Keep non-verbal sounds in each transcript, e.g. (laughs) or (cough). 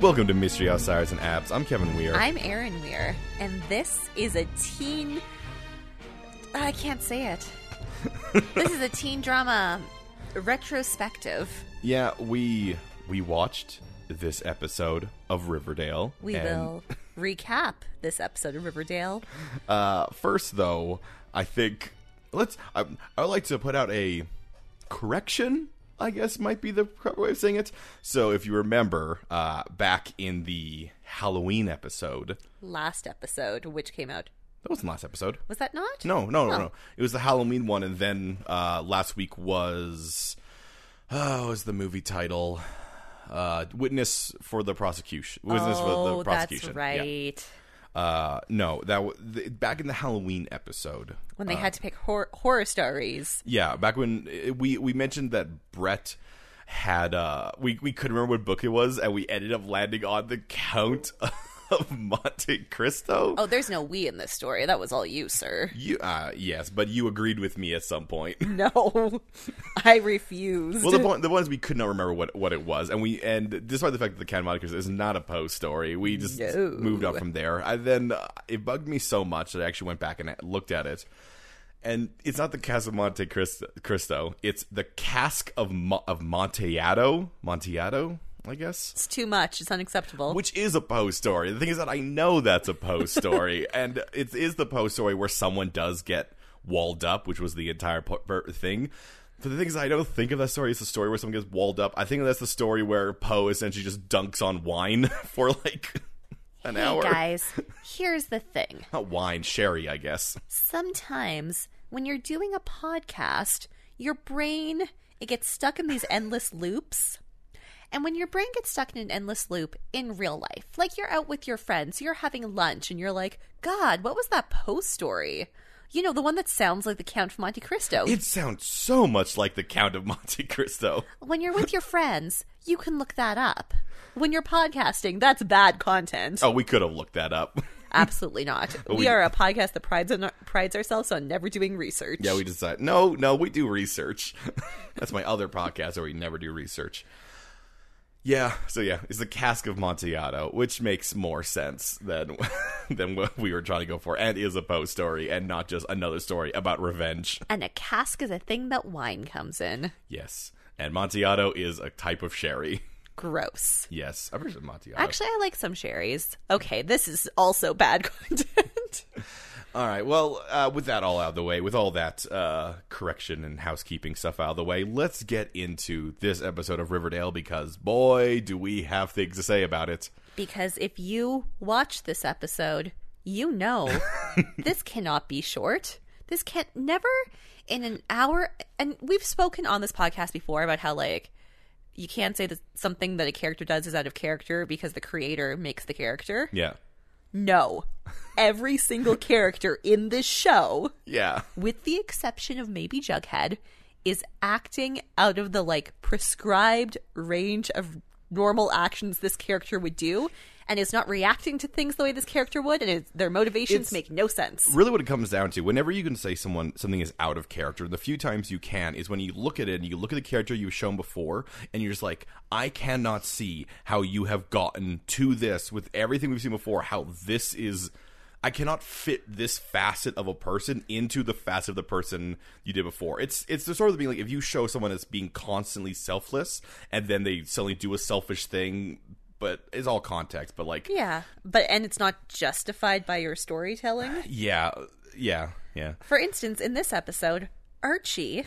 Welcome to Mystery Outsiders and Apps. I'm Kevin Weir. I'm Erin Weir, and this is a teen. I can't (laughs) say it. this is a teen drama retrospective. yeah, we we watched this episode of Riverdale. We and, will recap this episode of Riverdale. Uh, first, though, I think let's. I, I would like to put out a correction. I guess might be the proper way of saying it. So, if you remember, uh, back in the Halloween episode, Last episode, which came out. that wasn't last episode. Was that not? No, no, no, Oh. no. It was the Halloween one, and then uh, last week was oh, what was the movie title uh, "Witness for the Prosecution." Witness for Oh, the that's prosecution. Yeah. right. Uh, no, that w- the, back in the Halloween episode. When they had to pick hor- horror stories. Yeah, back when uh, we we mentioned that Brett had uh we we couldn't remember what book it was, and we ended up landing on the Count (laughs) of Monte Cristo. Oh, there's no we in this story. That was all (laughs) you, sir. You uh yes, but you agreed with me at some point. (laughs) No, (laughs) I refuse. Well, the point the ones we could not remember what, what it was, and we and despite the fact that the Count of Monte Cristo is not a Poe story, we just No. moved up from there. I then uh, it bugged me so much that I actually went back and looked at it, and it's not the Cask of Monte Cristo, Cristo it's the Cask of Mo- of Monteado, Monteado, I guess it's too much. It's unacceptable. which is a Poe story. The thing is that I know that's a Poe (laughs) story, and it is the Poe story where someone does get walled up, which was the entire po- per- thing. But the thing is, I don't think of that story as the story where someone gets walled up. I think that's the story where Poe essentially just dunks on wine (laughs) for like an hour. Hey guys, (laughs) here's the thing. Not wine, sherry, I guess. Sometimes when you're doing a podcast, your brain it gets stuck in these endless loops. And when your brain gets stuck in an endless loop in real life, like you're out with your friends, you're having lunch and you're like, "God, what was that post story?" You know, the one that sounds like the Count of Monte Cristo. It sounds so much like the Count of Monte Cristo. when you're with your friends, you can look that up. When you're podcasting, that's bad content. Oh, we could have looked that up. Absolutely not. (laughs) we, we- are a podcast that prides on prides ourselves on never doing research. Yeah, we decide. No, no, we do research. (laughs) That's my other podcast where we never do research. Yeah, so yeah, it's the cask of Monteado, which makes more sense than (laughs) than what we were trying to go for, and is a Poe story, and not just another story about revenge. and a cask is a thing that wine comes in. Yes, and Monteado is a type of sherry. Gross. Yes, I'm sure Monteado. Actually, I like some sherries. Okay, this is also bad (laughs) content. all right. Well, uh, with that all out of the way, with all that uh, correction and housekeeping stuff out of the way, let's get into this episode of Riverdale because boy, do we have things to say about it. because if you watch this episode, you know this cannot be short. This can't never in an hour. And we've spoken on this podcast before about how, like, you can't say that something that a character does is out of character because the creator makes the character. Yeah. No. Every single character in this show Yeah. with the exception of maybe Jughead, is acting out of the like prescribed range of normal actions this character would do and is not reacting to things the way this character would and it's, their motivations It's- make no sense. Really what it comes down to, whenever you can say someone something is out of character, the few times you can is when you look at it and you look at the character you've shown before and you're just like, I cannot see how you have gotten to this with everything we've seen before, how this is I cannot fit this facet of a person into the facet of the person you did before. It's it's the sort of being like if you show someone as being constantly selfless and then they suddenly do a selfish thing, but it's all context, but like Yeah, but and it's not justified by your storytelling. yeah, yeah, yeah. For instance, in this episode, Archie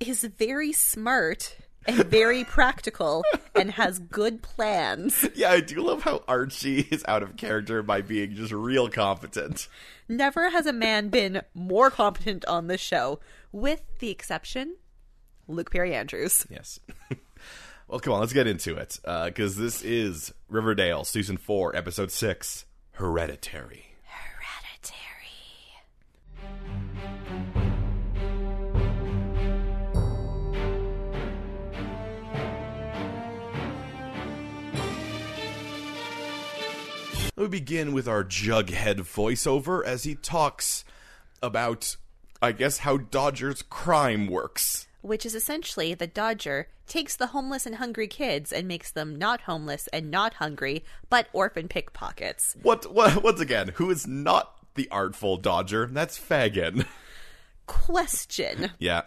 is very smart and very practical and has good plans. Yeah, I do love how Archie (laughs) is out of character by being just real competent. Never has a man been more competent on this show, with the exception Luke Perry Andrews. Yes. (laughs) well, come on, let's get into it. Because this is Riverdale, Season 4, Episode 6 Hereditary. Hereditary. We begin with our Jughead voiceover as he talks about, I guess, how Dodger's crime works. which is essentially the Dodger takes the homeless and hungry kids and makes them not homeless and not hungry, but orphan pickpockets. What, what? Once again, who is not the artful Dodger? That's Fagin. (laughs) Question yeah.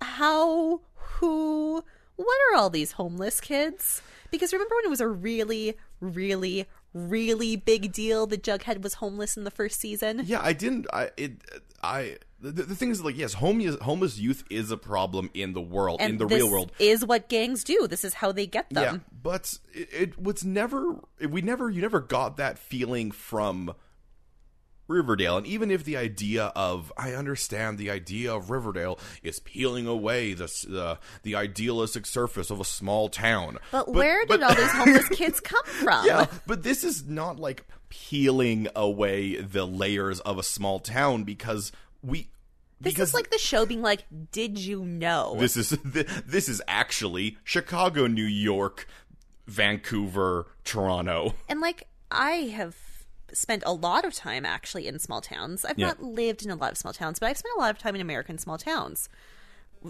How, who, what are all these homeless kids? Because remember when it was a really, really, really big deal that Jughead was homeless in the first season? Yeah, I didn't. I it. I the, the thing is like yes, homeless homeless youth is a problem in the world in the this real world. is what gangs do. This is how they get them. Yeah, but it, it was never. We never. You never got that feeling from Riverdale. And even if the idea of I understand the idea of Riverdale is peeling away the s- the, the idealistic surface of a small town. But, where did but- (laughs) all these homeless kids come from? yeah, (laughs) but this is not like peeling away the layers of a small town because we This because is like the show being like, "Did you know?" this is (laughs) th- this is actually Chicago, New York, Vancouver, Toronto. (laughs) and like, I have spent a lot of time actually in small towns. I've Yeah. not lived in a lot of small towns, but I've spent a lot of time in American small towns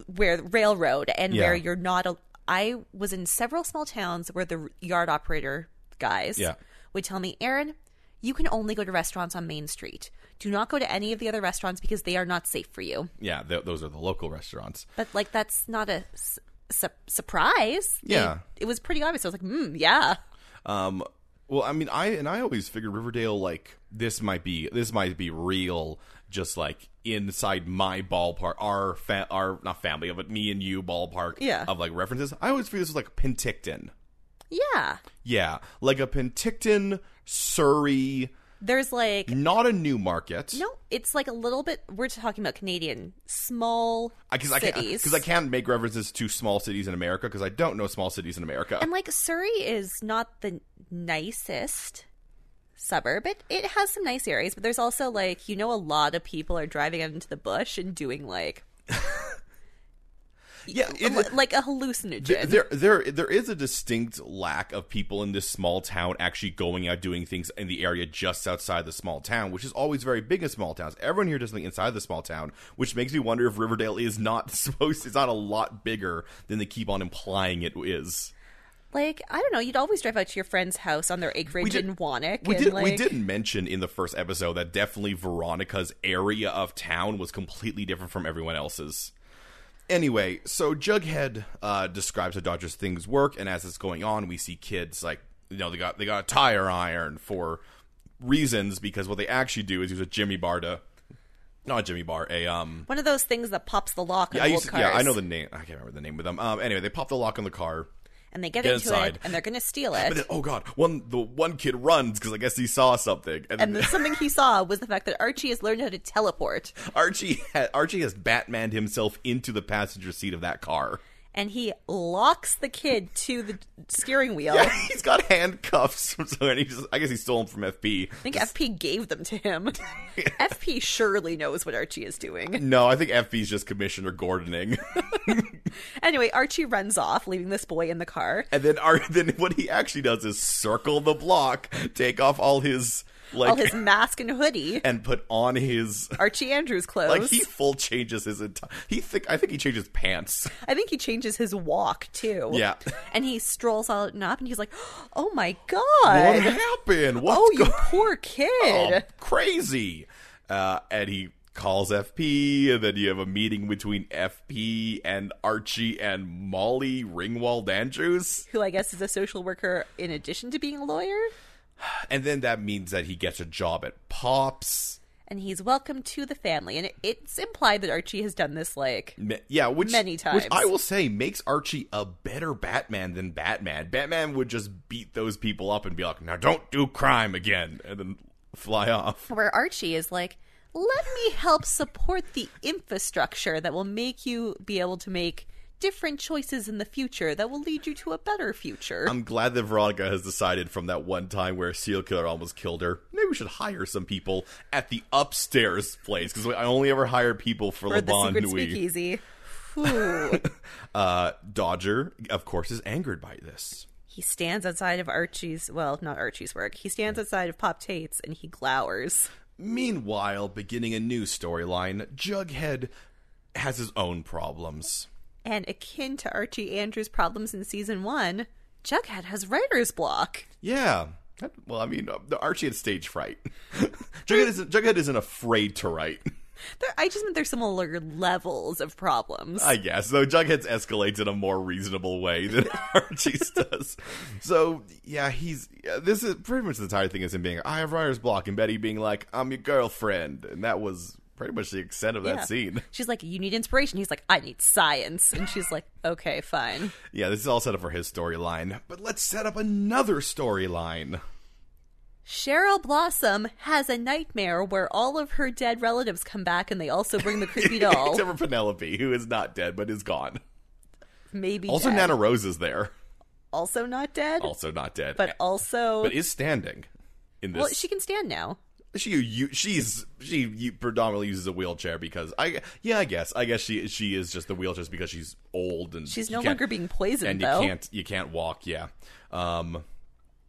where railroad and Yeah. where you're not. A, I was in several small towns where the yard operator guys Yeah. would tell me, "Aaron, you can only go to restaurants on Main Street. Do not go to any of the other restaurants because they are not safe for you." Yeah, th- those are the local restaurants. But like that's not a s- su- surprise. They- Yeah. it was pretty obvious. I was like, hmm, yeah. Um, well, I mean, I and I always figured Riverdale like this might be this might be real, just like inside my ballpark, our fa- our not family, but me and you ballpark Yeah. of like references. I always figured this was like Penticton. Yeah. Yeah, like a Penticton, Surrey, There's like not a new market. no, it's like a little bit we're talking about Canadian small because I can't cities. because I can't make references to small cities in America because I don't know small cities in America. and like Surrey is not the nicest suburb. It it has some nice areas, but there's also like you know a lot of people are driving out into the bush and doing like yeah, it- like a hallucinogen. Th- there there there is a distinct lack of people in this small town actually going out doing things in the area just outside the small town which is always very big in small towns everyone here does something inside the small town which makes me wonder if riverdale is not (laughs) supposed it's not a lot bigger than they keep on implying it is like I don't know, you'd always drive out to your friend's house on their acreage did- in Wanik. we and did like, we did mention in the first episode that definitely veronica's area of town was completely different from everyone else's anyway, so Jughead uh, describes how Dodger's things work, and as it's going on, we see kids like you know they got they got a tire iron for reasons because what they actually do is use a Jimmy bar to not a Jimmy bar a um One of those things that pops the lock on I old used to, cars. yeah I know the name I can't remember the name of them um anyway they pop the lock on the car. And they get, Get into inside. it, and they're going to (laughs) steal And it. then, oh god, one the one kid runs because I guess he saw something, and, And then the, something he saw was the fact that Archie has learned how to teleport, Archie (laughs) ha- Archie has Batmaned himself into the passenger seat of that (laughs) car. and he locks the kid to the steering wheel. Yeah, he's got handcuffs (laughs) from somewhere. And he just, I guess he stole them from FB. I think FP gave them (laughs) to him. FP surely knows what Archie is doing. No, I think FB's just Commissioner Gordoning. (laughs) Anyway, Archie runs off, leaving this boy in the car. and then our, then what he actually does is circle the block, take off all his like All his mask and (laughs) hoodie, and put on his Archie Andrews clothes. like he full changes his entire he think I think he changes pants. I think he changes his walk too. Yeah. And he strolls out and up, and he's like, (gasps) "Oh my god! What happened? What's (gasps) oh, you go- poor kid!" Oh, crazy. Uh, and he calls FP, and then you have a meeting between FP and Archie and Molly Ringwald Andrews. who I guess is a social worker in addition to being a lawyer. And then that means that he gets a job at Pops. And he's welcome to the family. And it, it's implied that Archie has done this, like, Ma- Yeah, which Many which times. I will say makes Archie a better Batman than Batman. Batman would just beat those people up and be like, "Now don't do crime again," and then fly off. where Archie is like, let me help support the infrastructure that will make you be able to make different choices in the future that will lead you to a better future. I'm glad that Veronica has decided from that one time where a serial killer almost killed her. Maybe we should hire some people at the upstairs place because I only ever hire people for, or Le the Bon secret Nuit. speakeasy. Whew. Uh, Dodger, of course, is angered by this. he stands outside of Archie's, well, not Archie's work. He stands outside of Pop Tate's and he glowers. Meanwhile, beginning a new storyline, Jughead has his own problems. And akin to Archie Andrews' problems in season one, Jughead has writer's block. Yeah. That- Well, I mean, uh, the Archie had stage fright. (laughs) Jughead, isn't, Jughead isn't afraid to write, There, I just meant there's similar levels of problems. I guess. Though Jughead's escalates in a more reasonable way than (laughs) Archie's does. So yeah, he's yeah, this is pretty much the entire thing is him being I have writer's block and Betty being like I'm your girlfriend, and that was pretty much the extent of Yeah. that scene. She's like, You need inspiration. He's like, I need science. And she's like, Okay, fine. Yeah, this is all set up for his storyline, but let's set up another storyline. Cheryl Blossom has a nightmare where all of her dead relatives come back and they also bring the (laughs) creepy (laughs) doll. Except for Penelope, who is not dead but is gone. Maybe Also, dead. Nana Rose is there, also not dead, also not dead, Oh, but also but is standing in this. well, she can stand now. she you, she's she you, predominantly uses a wheelchair because I yeah I guess I guess she she is just the wheelchair just because she's old and She's you no can't- longer being poisoned and though. you can't you can't walk yeah um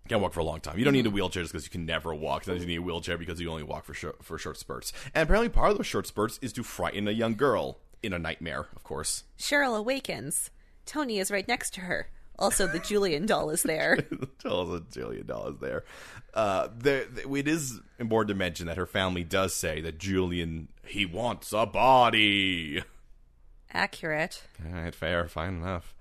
can't walk for a long time you don't need a wheelchair just because you can never walk then you need a wheelchair because you only walk for short, for short spurts and apparently part of those short spurts is to frighten a young girl in a nightmare of course (laughs) Cheryl awakens. Tony is right next to her. Also, the Julian doll is (laughs) there. tells a jillion dollars there. Uh, there, it is important to mention that her family does say that Julian he wants a body. Accurate. All right, fair, fine enough.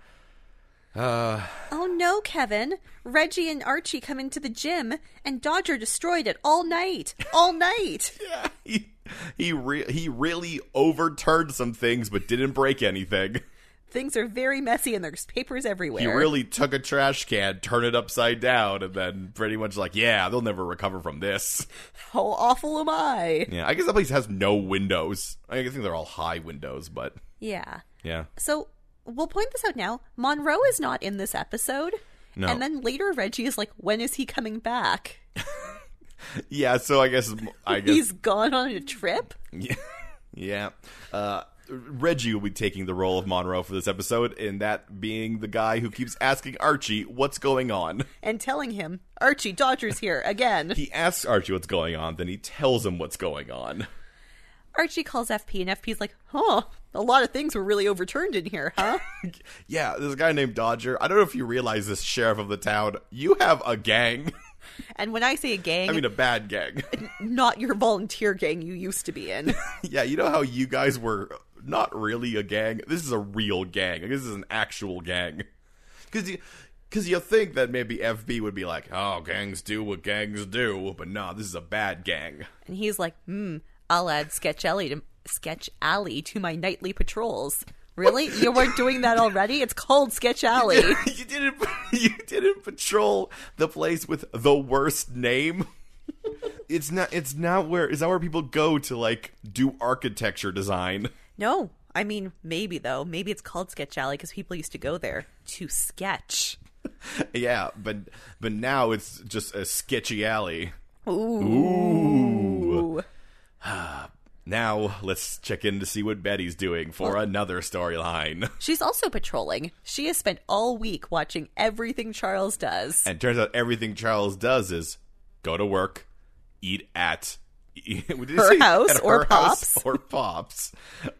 Oh no, Kevin. Reggie and Archie come into the gym, and Dodger destroyed it all night. All night. (laughs) Yeah, he he re- he really overturned some things, but didn't break anything. (laughs) Things are very messy, and there's papers everywhere. He really took a trash can, turned it upside down, and then pretty much like, yeah, they'll never recover from this. How awful am I? Yeah, I guess that place has no windows. I think they're all high windows, but Yeah. yeah. So we'll point this out now. Monroe is not in this episode. No. And then later, Reggie is like, when is he coming back? Yeah, so I guess I guess He's gone on a trip? Yeah. yeah. Uh, Reggie will be taking the role of Monroe for this episode, and that being the guy who keeps asking Archie what's going on. And telling him, Archie, Dodger's here again. (laughs) He asks Archie what's going on, then he tells him what's going on. Archie calls FP, and FP's like, huh, a lot of things were really overturned in here, (laughs) huh? Yeah, there's a guy named Dodger. I don't know if you realize this, sheriff of the town. You have a gang. (laughs) and when I say a gang, I mean, a bad gang. (laughs) not your volunteer gang you used to be in. yeah, you know how you guys were not really a gang? This is a real gang. Like, This is an actual gang. Because you. Because you think that maybe FB would be like, oh, gangs do what gangs do, but no, this is a bad gang. and he's like, hmm, I'll add Sketch Alley to, Sketch Alley to my nightly patrols. (laughs) Really? You weren't doing that already? It's called Sketch Alley. (laughs) you didn't, you didn't patrol the place with the worst name. (laughs) it's not, it's not where, is that where people go to like do architecture design? (laughs) (laughs) No, I mean maybe though. Maybe it's called Sketch Alley because people used to go there to sketch. Yeah, but but now it's just a sketchy alley. Ooh. (sighs) Now let's check in to see what Betty's doing for another storyline. (laughs) She's also patrolling. She has spent all week watching everything Charles (laughs) does. And turns out everything Charles does is go to work, eat at (laughs) what did it Her say? house At or her house (laughs) Pop's. or pops,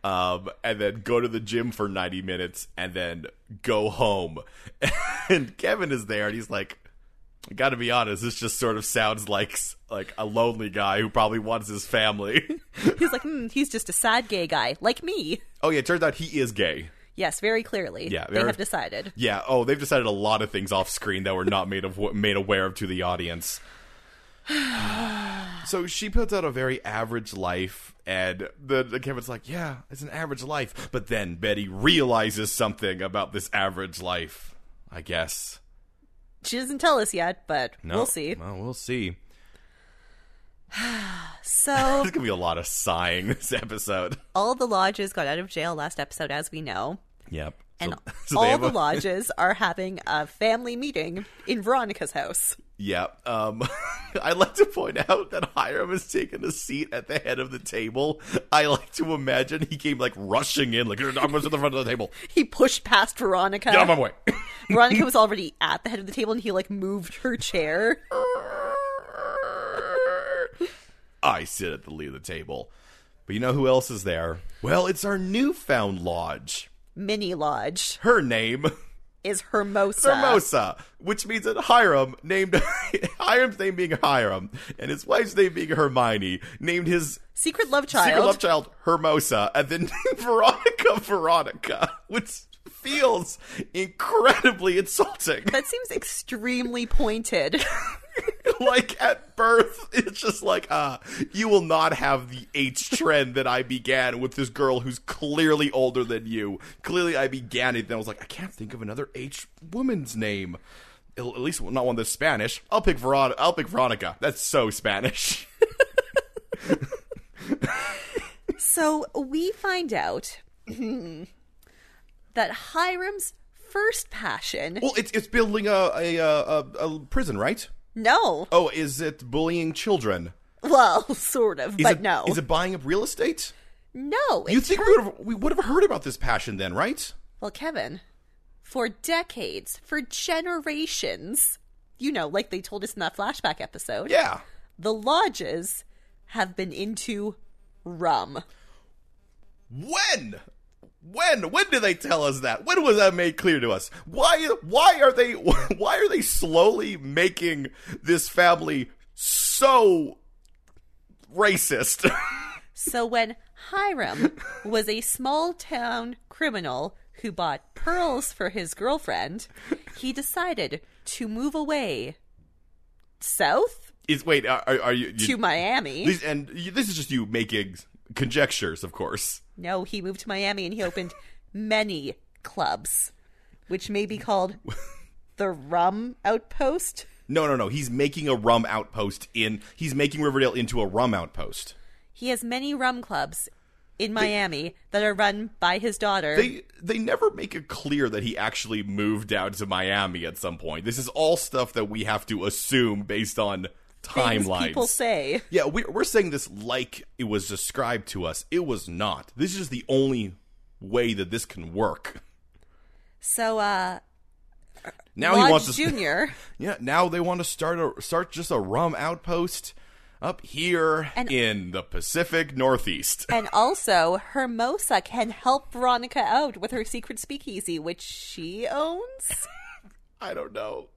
um, and then go to the gym for ninety minutes, and then go home. (laughs) And Kevin is there, and he's like. I gotta be honest, this just sort of sounds like like a lonely guy who probably wants his family. (laughs) He's like, hmm, he's just a sad gay guy, like me. oh yeah, it turns out he is gay. Yes, very clearly. Yeah, they very- have decided. Yeah. Oh, they've decided a lot of things off screen that were not made of (laughs) made aware of to the (sighs) audience. so she puts out a very average life, and the, the Kevin's like, "Yeah, it's an average life." But then Betty realizes something about this average life. I guess. She doesn't tell us yet, but No. we'll see. Well, we'll see. So (laughs) There's gonna be a lot of sighing this episode. all the lodges got out of jail last episode, as we know, Yep. and So- (laughs) so they all have the a- lodges are having a family meeting in Veronica's house. (laughs) Yeah. Um, (laughs) I'd like to point out that Hiram has taken a seat at the head of the table. I like to imagine he came like rushing in, like, I'm going to the front of the table. He pushed past Veronica. Get out of my way. (laughs) Veronica was already at the head of the table and he like moved her chair. I sit at the lead of the table. But you know who else is there? Well, it's our newfound lodge. Mini Lodge Her name, (laughs) is Hermosa. Hermosa, which means that Hiram named (laughs) Hiram's name being Hiram and his wife's name being Hermione named his Secret love child. secret love child Hermosa and then (laughs) named Veronica Veronica, which feels incredibly insulting. (laughs) that seems extremely pointed. like at birth, it's just like, uh, you will not have the H trend that I began with this girl who's clearly older than you. Clearly, I began it, then I was like, I can't think of another H woman's name. At at least not one that's Spanish. I'll pick Veronica. I'll pick Veronica. That's so Spanish. (laughs) so we find out that Hiram's first passion. well, it's it's building a a, a a prison, right? No. Oh, is it bullying children? Well, (laughs) sort of, Is but it, no. Is it buying up real estate? no. You It's, think we would have we would have heard about this passion then, right? well, Kevin, for decades, for generations, you know, like they told us in that flashback episode, Yeah. the lodges have been into rum. When? When? When did they tell us that? When was that made clear to us? Why? Why are they? (laughs) Why are they slowly making this family so racist? (laughs) So when Hiram was a small town criminal who bought pearls for his girlfriend, he decided to move away south Is wait? Are, are you? you to Miami. these, and you, this is just you making conjectures, of course. No, he moved to Miami and (laughs) he opened many clubs, which may (laughs) be called the Rum Outpost. No, no, no. He's making a rum outpost in. He's making Riverdale into a rum outpost. He has many rum clubs in Miami that are run by his daughter. They they never make it clear that he actually moved down to Miami at some point. This is all stuff that we have to assume based on things timelines. people say. yeah, we, we're saying this like it was described to us. It was not. This is the only way that this can work. So uh Now Lodge he wants to. (laughs) Junior Yeah, now they want to start a start just a rum outpost up here And- in the Pacific Northeast. (laughs) And also, Hermosa can help Veronica out with her secret speakeasy, which she owns. I don't know.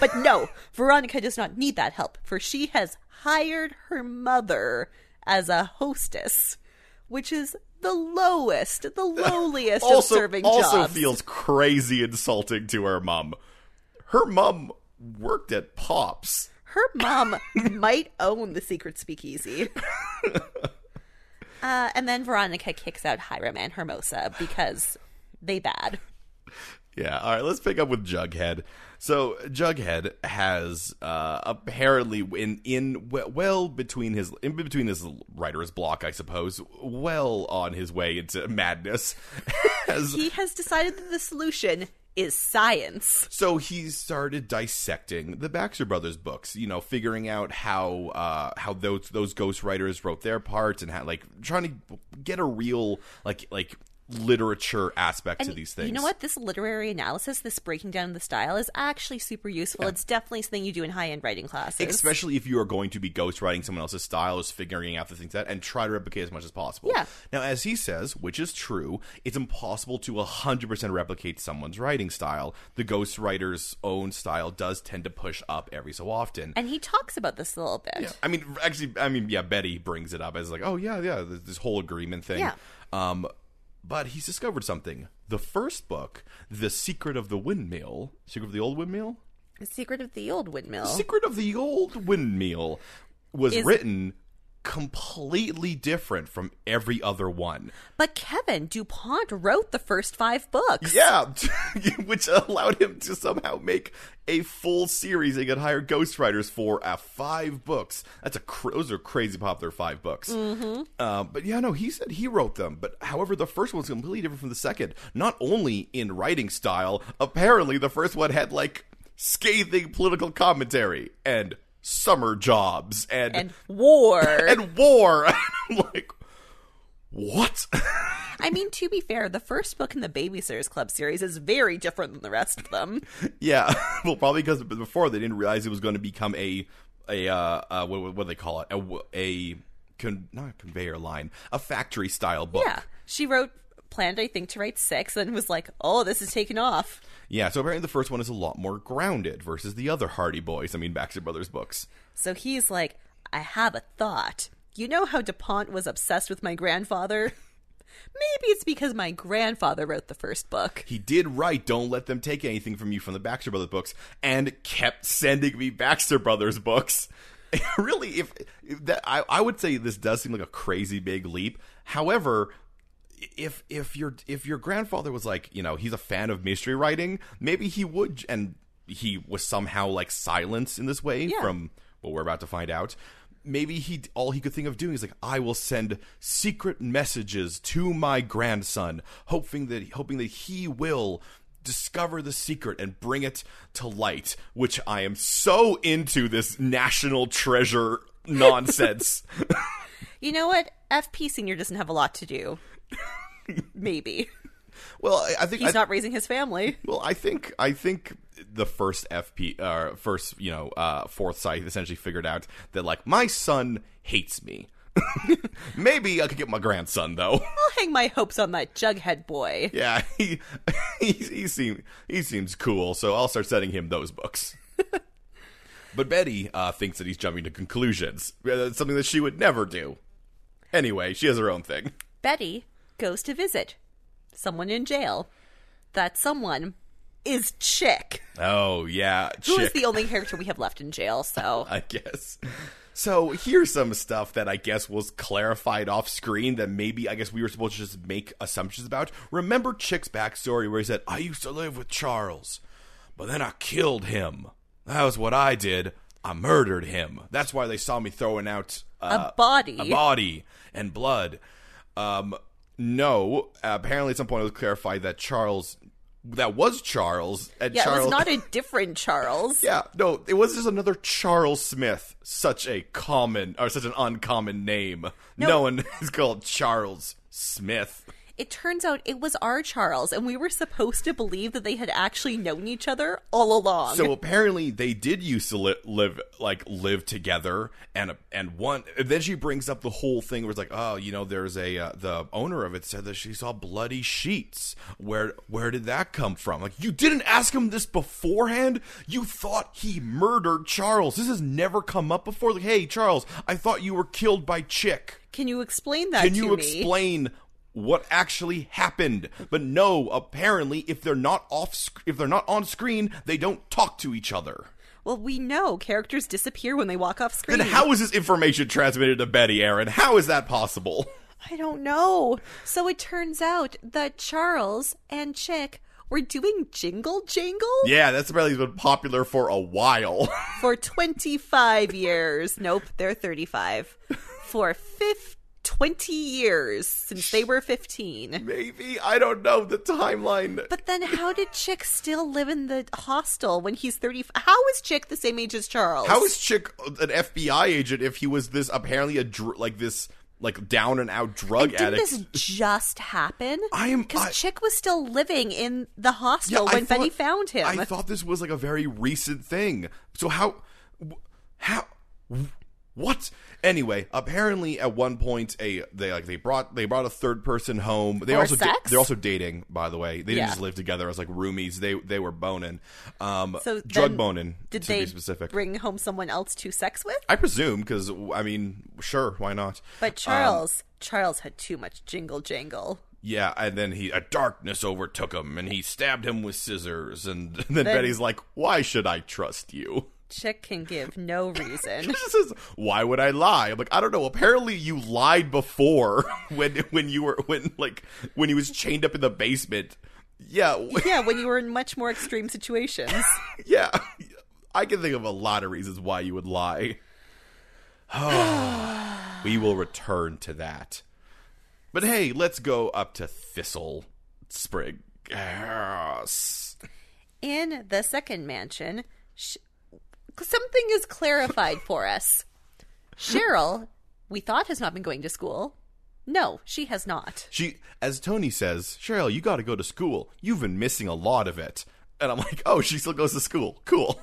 But no, Veronica does not need that help, for she has hired her mother as a hostess, which is the lowest, (laughs) the lowliest also of serving also jobs. feels crazy insulting to her mom. Her mom worked at Pops. her mom might own the (laughs) secret speakeasy. Uh, and then Veronica kicks out Hiram and Hermosa because they bad. Yeah, all right, let's pick up with Jughead. So Jughead has uh, apparently in in we- well between his in between his writer's block, I suppose, well on his way into madness. (laughs) Has- He has decided that the solution is science. So he started dissecting the Baxter Brothers books, you know, figuring out how uh, how those those ghostwriters wrote their parts and how like trying to get a real like like literature aspect to And these things. You know what? This literary analysis, this breaking down of the style, is actually super useful. It's definitely something you do in high end writing classes. Especially if you are going to be ghostwriting someone else's style, is figuring out the things that and try to replicate as much as possible. Yeah. Now, as he says, which is true, it's impossible to 100% replicate someone's writing style. The ghostwriter's own style does tend to push up every so often. and he talks about this a little bit. Yeah. I mean, actually, I mean, yeah, Betty brings it up as like, oh yeah, yeah, this, this whole agreement thing. Yeah. Um, but he's discovered something. The first book, "The Secret of the Windmill," "Secret of the Old Windmill," The secret of the old windmill. "Secret of the Old Windmill," was Oh. Is- written completely different from every other one. but Kevin DuPont wrote the first five books. Yeah, (laughs) which allowed him to somehow make a full series and get hire ghostwriters for uh, five books. That's a cr- those are crazy popular five books. Mm-hmm. Uh, but yeah, no, he said he wrote them. But however, the first one's completely different from the second. Not only in writing style, apparently the first one had like scathing political commentary and summer jobs and And war. (laughs) and war. (laughs) I'm like, what? I mean, to be fair, the first book in the Babysitters Club series is very different than the rest of them. Yeah, (laughs) well, probably because before they didn't realize it was going to become a a uh, uh what, what do they call it a, w- a con- not a conveyor line, a factory style book. Yeah. She wrote, planned, I think, to write six and was like, oh, this is taking off. Yeah, so apparently the first one is a lot more grounded versus the other Hardy Boys, I mean Baxter Brothers books. So he's like, I have a thought. You know how DuPont was obsessed with my grandfather? (laughs) Maybe it's because my grandfather wrote the first book. He did write Don't Let Them Take Anything From You from the Baxter Brothers books and kept sending me Baxter Brothers books. (laughs) really, if, if that I, I would say this does seem like a crazy big leap. However, if if your if your grandfather was like, you know, he's a fan of mystery writing, maybe he would and he was somehow like silenced in this way Yeah. from what we're about to find out. Maybe he all he could think of doing is like, I will send secret messages to my grandson, hoping that hoping that he will discover the secret and bring it to light, which I am so into this national treasure (laughs) nonsense. You know what? FP Sr. doesn't have a lot (laughs) to do. Maybe. well, I, I think He's I- not raising his family. Well, I think I think the first FP, uh, first you know, uh, fourth site essentially figured out that like my son hates me. (laughs) Maybe I could get my grandson though. (laughs) I'll hang my hopes on that Jughead boy. yeah, he he, he seems he seems cool, so I'll start sending him those (laughs) books. but Betty uh, thinks that he's jumping to conclusions, Uh, that's something that she would never do. Anyway, she has her own thing. Betty goes to visit someone in jail. That someone is Chick, Oh yeah, who is chick. the only character we have left in (laughs) jail. So I guess. So here's some stuff that I guess was clarified off screen that maybe I guess we were supposed to just make assumptions about. Remember Chick's backstory where he said, I used to live with Charles, but then I killed him. That was what I did. I murdered him. That's why they saw me throwing out uh, a body. a body and blood. Um, no, apparently at some point it was clarified that Charles, that was Charles, and yeah, Charles it was not a different Charles. yeah, no, it was just another Charles Smith. Such a common, or such an uncommon name. No, one (laughs) is called Charles Smith. It turns out it was our Charles, and we were supposed to believe that they had actually known each other all along. So apparently they did used to li- live like live together, and and one. And then she brings up the whole thing where it's like, oh, you know, there's a uh, the owner of it said that she saw bloody sheets. Where where did that come from? Like you didn't ask him this beforehand. You thought he murdered Charles. This has never come up before. Like, hey, Charles, I thought you were killed by Chick. Can you explain that Can to you me? explain what actually happened? But no, apparently, if they're not off, sc- if they're not on screen, they don't talk to each other. well, we know characters disappear when they walk off screen. Then how is this information transmitted to Betty, Aaron? How is that possible? I don't know. So it turns out that Charles and Chick were doing Jingle Jangle (laughs) Yeah, that's apparently been popular for a while. (laughs) for 25 years. Nope, (laughs) they're 35. For fif- 20 years since they were 15. Maybe I don't know the timeline. But then how did Chick still live in the hostel when he's 30? How is Chick the same age as Charles? How is Chick an FBI agent if he was this apparently a dr- like this like down and out drug did addict? this just happen? I am- I- because Chick was still living in the Yeah, hostel I when Betty thought- found him. I thought this was like a very recent thing. So how, wh- how, wh- what? Anyway, apparently at one point a they like they brought they brought a third person home. They For also da- sex? they're also dating by the way. They didn't Yeah. just live together as like roomies. They they were boning, um, So drug then boning Did to they be specific. bring home someone else to sex with? I um, presume because I mean sure why not? But Charles, Charles had too much jingle jangle. Yeah, and then he a darkness overtook him, and he stabbed him with scissors. And (laughs) then Betty's like, "Why should I trust you?" Chick can give (laughs) no reason. This is why would I lie? I'm like, I don't know. Apparently, you lied before (laughs) when when you were when like when he was chained up in the basement. Yeah, w- (laughs) yeah, when you were in much more extreme situations. yeah. I can think of a lot of reasons why you would lie. (sighs) we will return to that. But hey, let's go up to Thistle Sprig. Yes. In the second mansion, sh- something is clarified for us. Cheryl, we thought has not been going to school. No, she has not. She, as Tony says, Cheryl, you got to go to school. You've been missing a lot of it. And I'm like, oh, she still goes to school. Cool.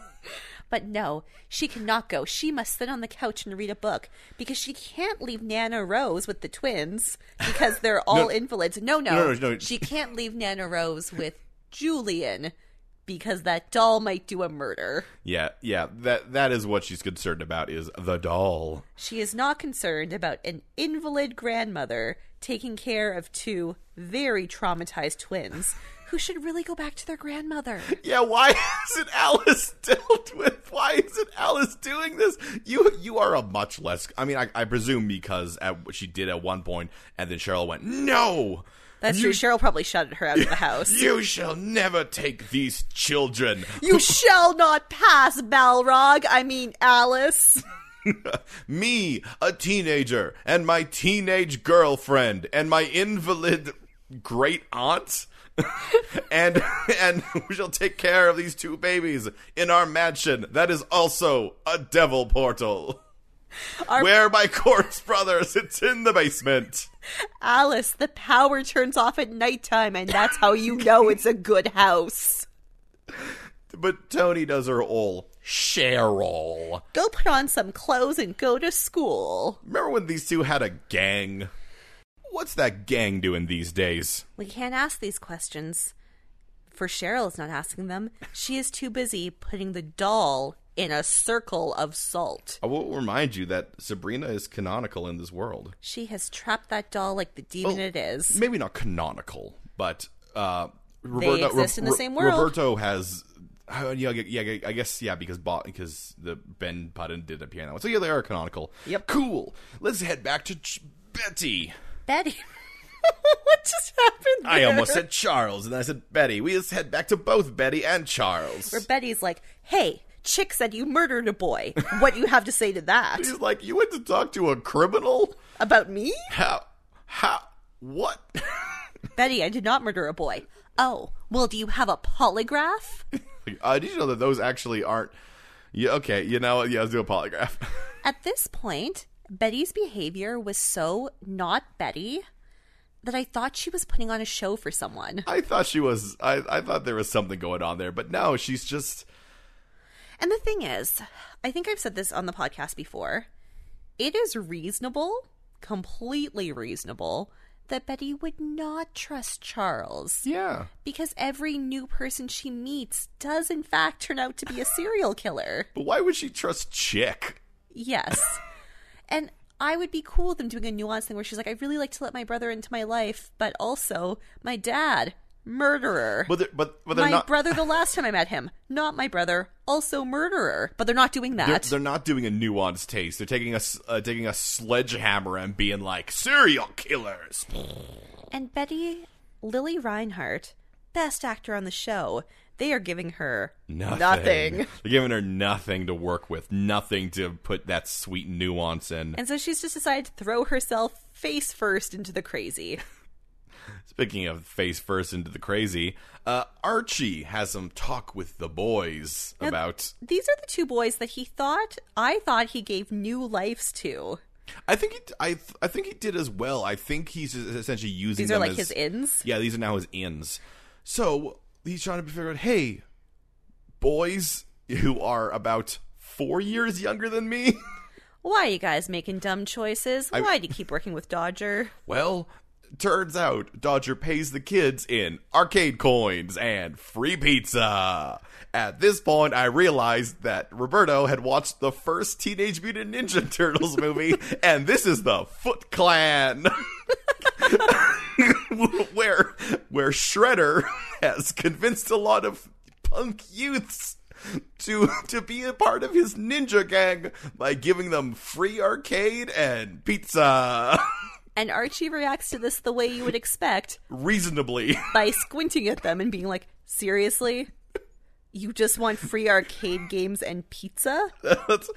But no, she cannot go. She must sit on the couch and read a book because she can't leave Nana Rose with the twins because they're all invalids. No no, No, no, no. She can't leave Nana Rose with Julian because that doll might do a murder. Yeah, yeah. That that is what she's concerned about is the doll. She is not concerned about an invalid grandmother taking care of two very traumatized twins who should really go back to their grandmother. Yeah, why (laughs) isn't Alice dealt with? Why isn't Alice doing this? You you are a much less. I mean, I, I presume because at, she did at one point, and then Cheryl went, "No, That's you, true. Cheryl probably shut her out of the house. You shall never take these children." You shall not pass, Balrog. I mean, Alice. Me, a teenager, and my teenage girlfriend, and my invalid great aunt, (laughs) and and we shall take care of these two babies in our mansion that is also a devil portal. Our- Where my corpse brothers? It's in the basement. Alice, the power turns off at nighttime, and that's how you know it's a good house. But Tony does her all Cheryl. Go put on some clothes and go to school. Remember when these two had a gang? What's that gang doing these days? We can't ask these questions. For Cheryl is not asking them. She is too busy putting the doll in a circle of salt. I will remind you that Sabrina is canonical in this world. She has trapped that doll like the demon Oh, it is. Maybe not canonical, but uh, Roberto, exist in the same world. Roberto has. oh, Yeah, I gu- yeah, I guess yeah, because Bo- because the Ben Putton did appear in that one. So yeah, they are canonical. Yep. Cool. Let's head back to Ch- (laughs) Betty. Betty. what just happened there? I almost said Charles, and then I said Betty. We just head back to both Betty and Charles. Where Betty's like, hey, Chick said you murdered a boy. What do you have to say to that? He's like, you went to talk to a criminal? About me? How? How? What? (laughs) Betty, I did not murder a boy. Oh, well, do you have a polygraph? uh, did you know that those actually aren't? Yeah, okay, you know, yeah, let's do a polygraph. (laughs) At this point, Betty's behavior was so not Betty that I thought she was putting on a show for someone. I thought she was. I, I thought there was something going on there, but no, she's just. And the thing is, I think I've said this on the podcast before. It is reasonable, completely reasonable, that Betty would not trust Charles Yeah. because every new person she meets does, in fact, turn out to be a serial killer. But why would she trust Chick? Yes. and I would be cool with them doing a nuanced thing where she's like, I really like to let my brother into my life, but also my dad, murderer. But they're, but but they're my not. brother, the last time I met him, not my brother, also murderer. But they're not doing that. they're, they're not doing a nuanced taste. They're taking a s- uh, taking a sledgehammer and being like serial killers. And Betty, Lily Reinhardt, best actor on the show, they are giving her Nothing. nothing. They're giving her nothing to work with. Nothing to put that sweet nuance in. And so she's just decided to throw herself face first into the crazy. Speaking of face first into the crazy, uh, Archie has some talk with the boys about. These are the two boys that he thought, I thought he gave new lives to. I think he, I, th- I think he did as well. I think he's essentially using These are them like as- his ins. Yeah, these are now his ins. So he's trying to figure out, hey, boys who are about four years younger than me. Why are you guys making dumb choices? Why do you keep working with Dodger? Well, turns out Dodger pays the kids in arcade coins and free pizza. At this point, I realized that Roberto had watched the first Teenage Mutant Ninja (laughs) Turtles movie, and this is the Foot Clan. (laughs) where where Shredder (laughs) has convinced a lot of punk youths to to be a part of his ninja gang by giving them free arcade and pizza. (laughs) And Archie reacts to this the way you would expect reasonably. (laughs) by squinting at them and being like, seriously? You just want free arcade games and pizza? That's,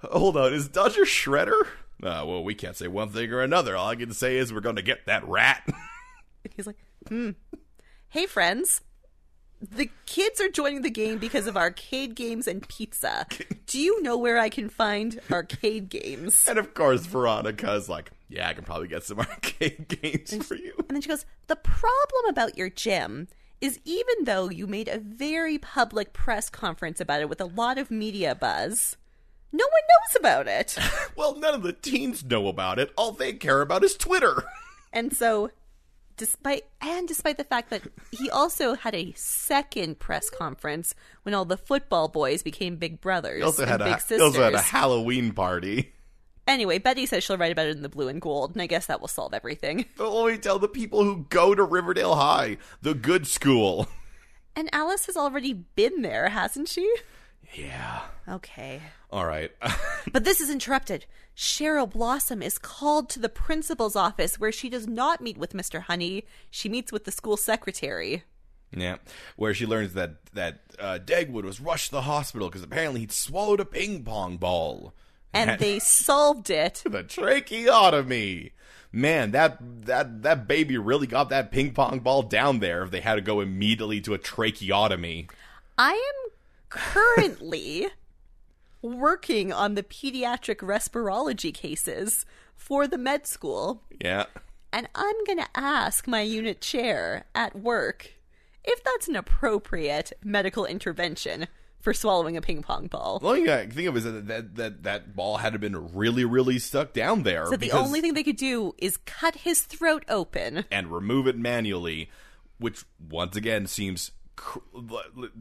hold on, is Dodger Shredder? Uh, well, we can't say one thing or another. All I can say is we're going to get that rat. (laughs) He's like, hmm. Hey, friends. The kids are joining the game because of arcade games and pizza. Do you know where I can find arcade games? and of course, Veronica's like, yeah, (laughs) I can probably get some arcade games for you. And then she goes, The problem about your gym is even though you made a very public press conference about it with a lot of media buzz, no one knows (laughs) about it. Well, none of the teens know about it. All they care about is Twitter. (laughs) And so, despite and despite the fact that he also had a second press conference when all the football boys became big brothers They also, and had big a, they sisters. also had a Halloween party. (laughs) Anyway, Betty says she'll write about it in the blue and gold, and I guess that will solve everything. (laughs) But only tell the people who go to Riverdale High, the good school. (laughs) And Alice has already been there, hasn't she? Yeah. Okay. All right. (laughs) But this is interrupted. Cheryl Blossom is called to the principal's office where she does not meet with Mr. Honey. She meets with the school secretary. yeah. Where she learns that that uh, Dagwood was rushed to the hospital because apparently he'd swallowed a ping pong ball. And they solved it. (laughs) the tracheotomy. Man, that that that baby really got that ping pong ball down there. If they had to go immediately to a tracheotomy, I am currently (laughs) working on the pediatric respirology cases for the med school, yeah. and I'm going to ask my unit chair at work if that's an appropriate medical intervention for swallowing a ping pong ball. The only thing I can think of is that that that, that ball had to been really really stuck down there. So the because- only thing they could do is cut his throat open. (laughs) and remove it manually, which once again seems cr-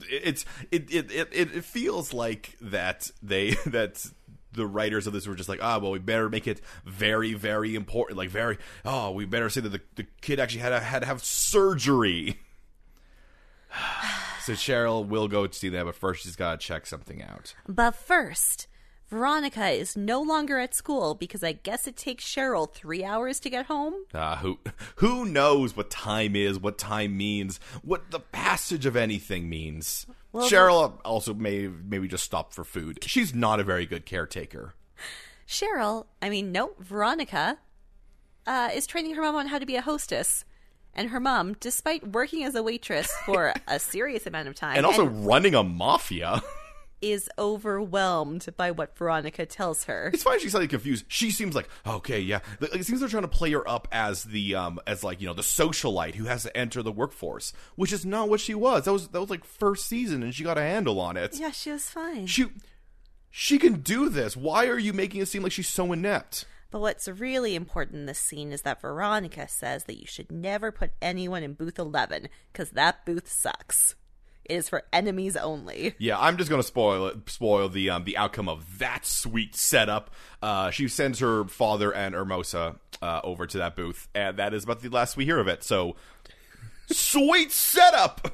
it's it it, it it it feels like that they (laughs) that the writers of this were just like ah well we better make it very very important like very oh we better say that the, the kid actually had to, had to have surgery. (sighs) so Cheryl will go to see that, but first she's got to check something out. But first, Veronica is no longer at school because I guess it takes Cheryl three hours to get home. Uh, who who knows what time is, what time means, what the passage of anything means. Cheryl also may maybe just stop for food. She's not a very good caretaker. Cheryl, I mean, no, Veronica, uh, is training her mom on how to be a hostess. And her mom, despite working as a waitress (laughs) for a serious amount of time, And also running a mafia. (laughs) is overwhelmed by what Veronica tells (laughs) her. it's fine she's slightly confused. She seems like, okay, yeah. Like, It seems they're trying to play her up as the um as like, you know, the socialite who has to enter the workforce, which is not what she was. That was that was like first season and she got a handle on it. Yeah, she was fine. She she can do this. Why are you making it seem like she's so inept? But what's really important in this scene is that Veronica says that you should never put anyone in booth 11 because that booth sucks. It is for enemies only. Yeah, I'm just gonna spoil it, spoil the um, the outcome of that sweet setup. Uh, she sends her father and Hermosa uh, over to that booth, and that is about the last we hear of it. So, sweet setup.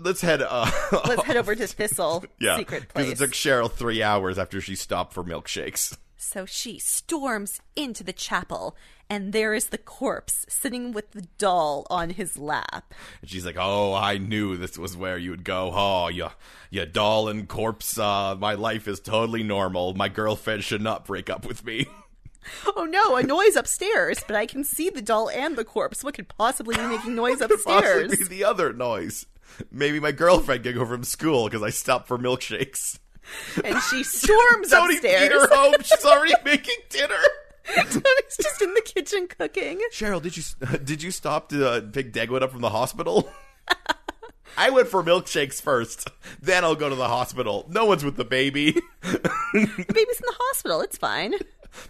Let's head. Uh, (laughs) Let's head over to Thistle yeah, Secret because Place. it took Cheryl three hours after she stopped for milkshakes. So she storms into the chapel, and there is the corpse sitting with the doll on his lap. And she's like, "Oh, I knew this was where you would go. Oh, you, you doll and corpse. Uh, my life is totally normal. My girlfriend should not break up with me." (laughs) Oh no, a noise upstairs, but I can see the doll and the corpse. What could possibly be making noise upstairs? possibly be the other noise. Maybe my girlfriend can go from school because I stopped for milkshakes. (laughs) and she storms Tony upstairs. beat her (laughs) home. She's already making dinner. Tony's just in the kitchen cooking. Cheryl, did you (laughs) did you stop to uh, pick Dagwood up from the hospital? (laughs) I went for milkshakes first. Then I'll go to the hospital. No one's with the baby. (laughs) The baby's in the hospital. It's fine.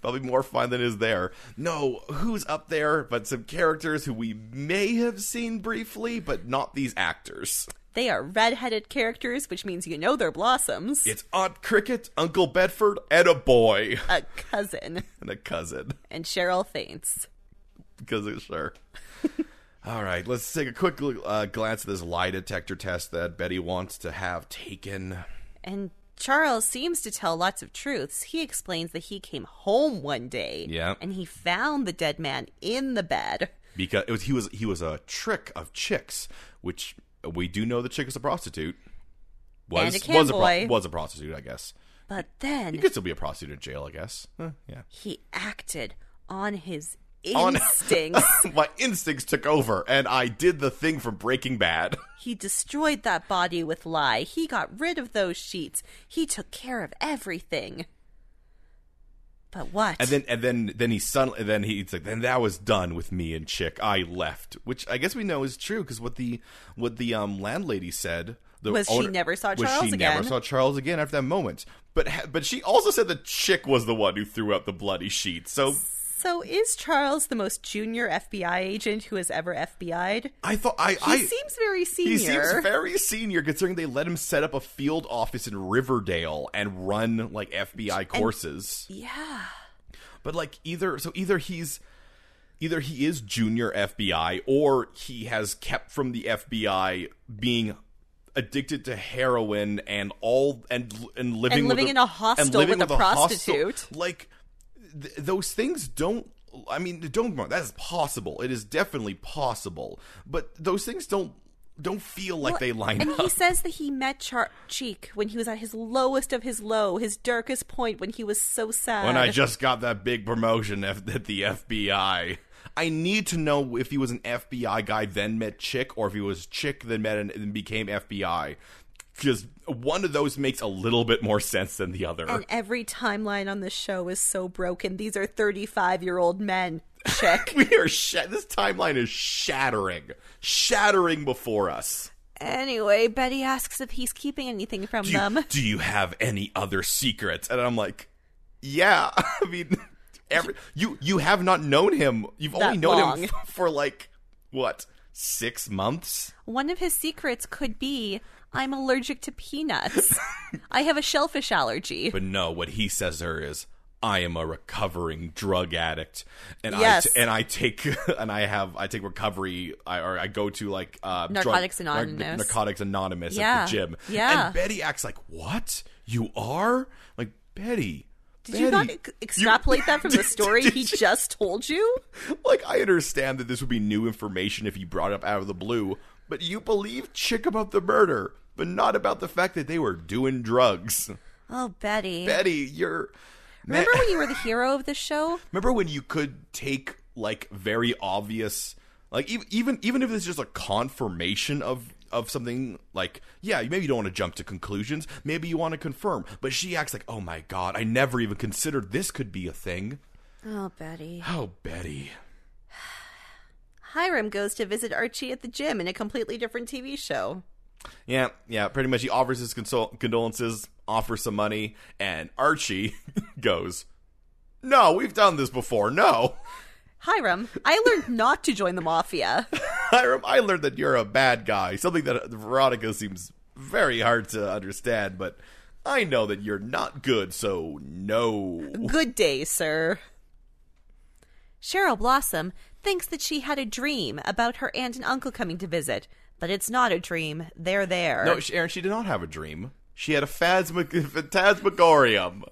Probably more fun than is there. No, who's up there? But some characters who we may have seen briefly, but not these actors. They are redheaded characters, which means you know they're blossoms. It's Aunt Cricket, Uncle Bedford, and a boy. a cousin. and a cousin And Cheryl faints. because it's sure. (laughs) All right, let's take a quick uh, glance at this lie detector test that Betty wants to have taken. And Charles seems to tell lots of truths. He explains that he came home one day Yeah. and he found the dead man in the bed. Because it was, he was he was a trick of chicks, which we do know the chick is a prostitute. Was And a was a camboy. was a prostitute, I guess. But then You could still be a prostitute in jail, I guess. Huh, yeah. (laughs) he acted on his On- (laughs) instincts. My instincts took over, and I did the thing from Breaking Bad. (laughs) he destroyed that body with lie. He got rid of those sheets. He took care of everything. But what? And then and then then he suddenly then he's like then that was done with me and chick. I left, which I guess we know is true because what the what the um landlady said the Was she never saw was Charles she again. never saw Charles again after that moment. But ha- but she also said that chick was the one who threw out the bloody sheet. So so is Charles the most junior FBI agent who has ever FBI'd? I thought I He I seems very senior. he seems very senior considering they let him set up a field office in Riverdale and run like FBI courses. yeah. But like either so either he's either he is junior FBI or he has kept from the FBI being addicted to heroin and all and and living And with living in a hostel and living with a hostel. prostitute. Like th- those things don't I mean don't get me wrong, that is possible. It is definitely possible. But those things don't don't feel like they line and up. he says that he met Char- Cheek when he was at his lowest of his low, his darkest point when he was so sad. when I just got that big promotion at at the FBI. I need to know if he was an FBI guy then met Chick, or if he was Chick then met and, and became FBI. Because one of those makes a little bit more sense than the other. and every timeline on this show is so broken. These are 35 year old men. (laughs) Check. (laughs) we are sha- this timeline is shattering, shattering before us. anyway, Betty asks if he's keeping anything from Do them. you, do you have any other secrets? And I'm like, yeah. (laughs) I mean, every you you have not known him. You've only That known long. him f- (laughs) for like what six months. One of his secrets could be I'm allergic (laughs) to peanuts. I have a shellfish allergy. But no, what he says to her is, "I am a recovering drug addict, and Yes. I t- and I take (laughs) and I have I take recovery I, or I go to like uh, drug- Narcotics nar- Anonymous. Narcotics Anonymous Yeah. at the gym. Yeah. and Betty acts like, "What you are like Betty." Did you not Betty, ex- extrapolate that from the (laughs) Did- story did he you- just told you? (laughs) Like, I understand that this would be new information if you brought it up out of the blue, but you believe Chick about the murder, but not about the fact that they were doing drugs. Oh, Betty. Betty, you're. Remember when you were the hero of this show? Remember when you could take like very obvious, like even even even if it's just a confirmation of of something like yeah maybe you don't want to jump to conclusions maybe you want to confirm but she acts like oh my god i never even considered this could be a thing Oh, Betty. oh betty Hiram goes to visit Archie at the gym in a completely different TV show. yeah yeah pretty much he offers his consol- condolences offers some money and archie (laughs) goes no we've done this before no Hiram, I learned (laughs) not to join the mafia. Hiram, I learned that you're a bad guy. Something that Veronica seems very hard to understand, but I know that you're not good, so no. Good day, sir. Cheryl Blossom thinks that she had a dream about her aunt and uncle coming to visit, but it's not a dream. They're there. No, she- Aaron, she did not have a dream. She had a phasma- (laughs) phantasmagorium.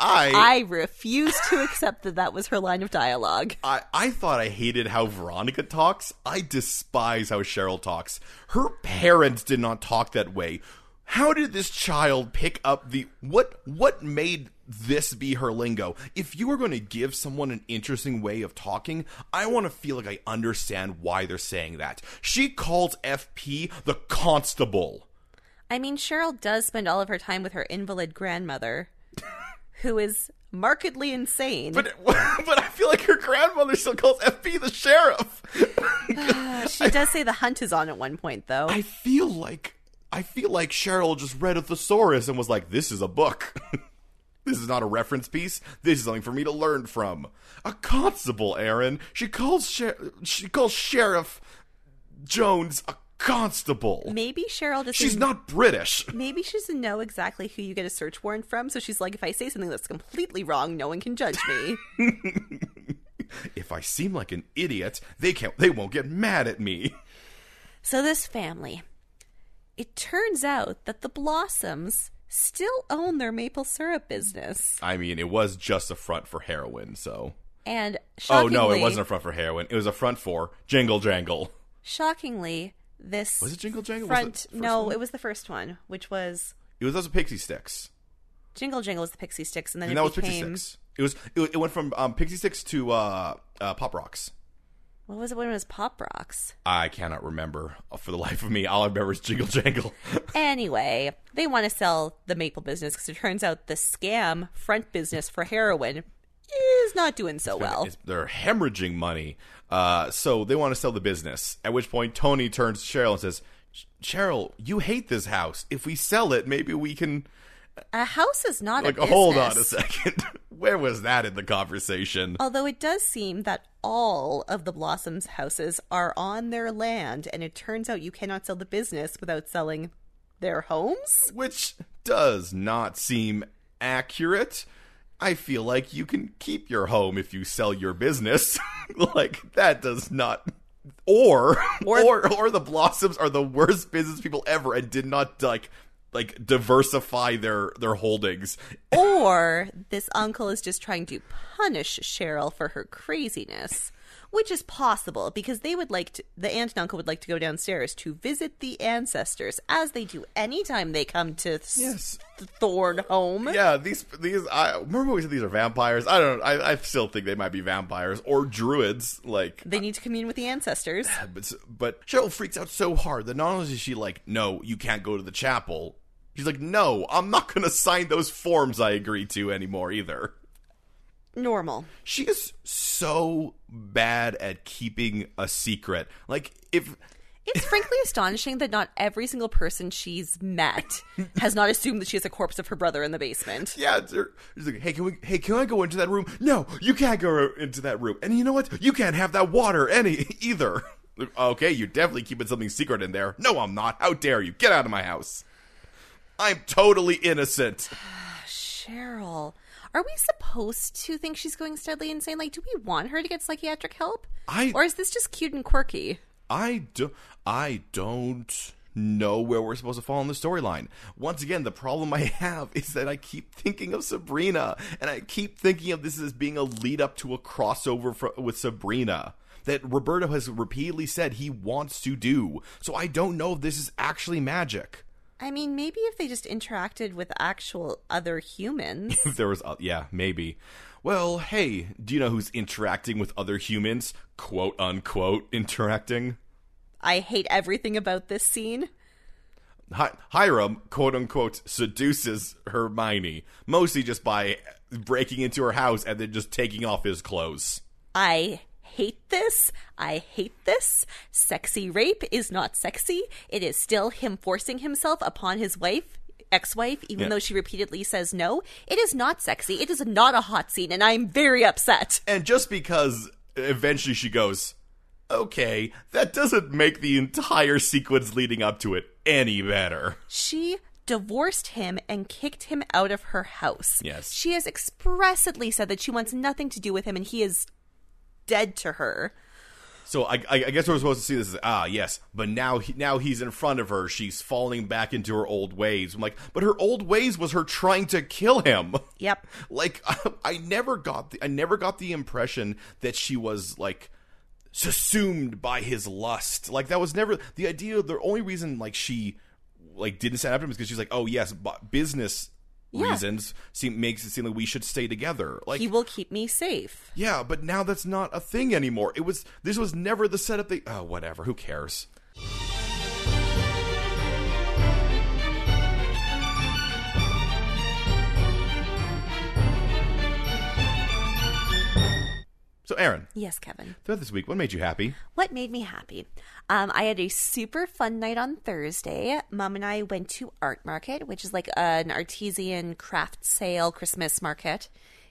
I, I refuse to accept that that was her line of dialogue. I, I thought I hated how Veronica talks. I despise how Cheryl talks. Her parents did not talk that way. How did this child pick up the what what made this be her lingo? If you are going to give someone an interesting way of talking, I want to feel like I understand why they're saying that. She calls FP the constable. I mean, Cheryl does spend all of her time with her (laughs) invalid grandmother, who is markedly insane. But (laughs) but I feel like her grandmother still calls FP the sheriff. (laughs) she does say the hunt is on at one point, though. I feel like I feel like Cheryl just read a thesaurus and was like, "This is a book. (laughs) this is not a reference piece. This is something for me to learn from." A constable, Aaron. She calls Sher- she calls Sheriff Jones a constable. Maybe Cheryl doesn't. She's not British. Maybe she doesn't know exactly who you get a search warrant from, so she's like, if I say something that's completely wrong, no one can judge (laughs) me. If I seem like an idiot, they can't. They won't get mad at me. so, this family. It turns out that the Blossoms still own their maple syrup business. I mean, it was just a front for heroin. So, And oh shockingly, no, it wasn't a front for heroin. It was a front for jingle jangle. shockingly, this Was it jingle jangle? Was it front. the first No, one? it was the first one, which was It was also Pixie Sticks. Jingle Jingle was the Pixie Sticks, and then and it that was became Pixie Sticks. It was it, it went from um, Pixie Sticks to uh, uh, Pop Rocks. What was it when it was Pop Rocks? I cannot remember for the life of me. All I remember is Jingle (laughs) Jangle. Anyway, they want to sell the maple business because it turns out the scam front business for heroin is not doing so well. It's- They're hemorrhaging money. Uh, so they want to sell the business. At which point, Tony turns to Cheryl and says, Cheryl, you hate this house. If we sell it, maybe we can. A house is not Like, a business. hold on a second. (laughs) Where was that in the conversation? Although it does seem that all of the Blossom's houses are on their land, and it turns out you cannot sell the business without selling their homes. Which does not seem accurate. I feel like you can keep your home if you sell your business. (laughs) like, that does not. Or, or Or- or the blossoms are the worst business people ever and did not like like diversify their their holdings Or this uncle is just trying to punish Cheryl for her craziness, which is possible because they would like to, the aunt and uncle would like to go downstairs to visit the ancestors as they do anytime they come to th- Yes. Thorn home. yeah these these i remember when we said these are vampires i don't I, I still think they might be vampires or druids like They need to commune with the ancestors. But, but Cheryl freaks out so hard that not only is she like, no, you can't go to the chapel, she's like, no, I'm not going to sign those forms I agree to anymore either. Normal. She is so bad at keeping a secret. Like, if. It's frankly astonishing that not every single person she's met has not assumed that she has a corpse of her brother in the basement. Yeah, it's her- she's like, hey, can we? Hey, can I go into that room? No, you can't go into that room. And you know what? You can't have that water any (laughs) either. Okay, you're definitely keeping something secret in there. No, I'm not. How dare you? Get out of my house. I'm totally innocent. Cheryl, are we supposed to think she's going steadily insane? Like, do we want her to get psychiatric help? I- or is this just cute and quirky? I do I don't know where we're supposed to fall in the storyline. Once again, the problem (laughs) I have is that I keep thinking of Sabrina, and I keep thinking of this as being a lead up to a crossover fro- with Sabrina that Roberto has repeatedly said he wants to do. So I don't know if this is actually magic. (laughs) I mean, maybe if they just interacted with actual (laughs) other humans. If there was, uh, yeah, maybe. Well, hey, do you know who's interacting with other humans? Quote unquote interacting. I hate everything about this scene. Hi- Hiram, quote unquote, seduces Hermione, mostly just by breaking into her house and then just taking off his clothes. I hate this. I hate this. Sexy rape is not sexy. It is still him forcing himself upon his wife, ex wife, even Yeah. though she repeatedly says no. It is not sexy. It is not a hot scene, and I'm very upset. And just because eventually she goes, okay, that doesn't make the entire sequence leading up to it any better. She divorced him and kicked him out of her house. Yes. She has expressly said that she wants nothing to do with him, and he is dead to her. So I, I, I guess we're supposed to see this as ah yes, but now he, now he's in front of her. She's falling back into her old ways. I'm like, but her old ways was her trying to kill him. (laughs) Yep. like (laughs) I, I never got the, I never got the impression that she was like subsumed by his lust. Like that was never the idea. The only reason like she like didn't stand up to him is because she's like, oh yes, bu- business Yeah. reasons seem makes it seem like we should stay together. Like He will keep me safe. yeah, but now that's not a thing anymore. It was this was never the setup. They oh whatever. Who cares? So Aaron, Yes, Kevin. throughout this week, what made you happy? What made me happy? Um, I had a super fun night on Thursday. Mom and I went to Art Market, which is like an artisan craft sale Christmas market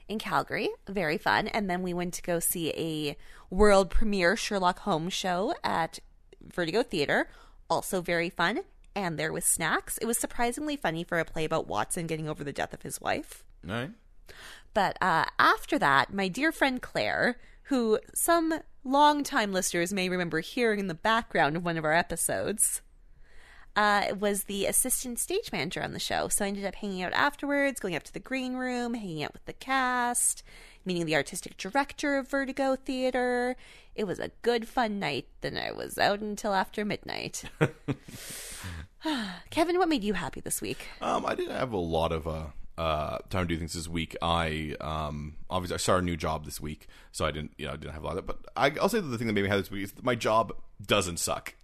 in Calgary. Very fun. And then we went to go see a world premiere Sherlock Holmes show at Vertigo Theater. Also very fun. And there was snacks. It was surprisingly funny for a play about Watson getting over the death of his wife. All right. But uh, after that, my dear friend Claire, who some longtime listeners may remember hearing in the background of one of our episodes, uh, was the assistant stage manager on the show. So I ended up hanging out afterwards, going up to the green room, hanging out with the cast, meeting the artistic director of Vertigo Theater. It was a good, fun night. Then I was out until after midnight. (sighs) Kevin, what made you happy this week? Um, I didn't have a lot of uh, uh, time to do things this week. I um, obviously I started a new job this week, so I didn't you know I didn't have a lot of that. But I, I'll say that the thing that made me happy this week is that my job doesn't suck.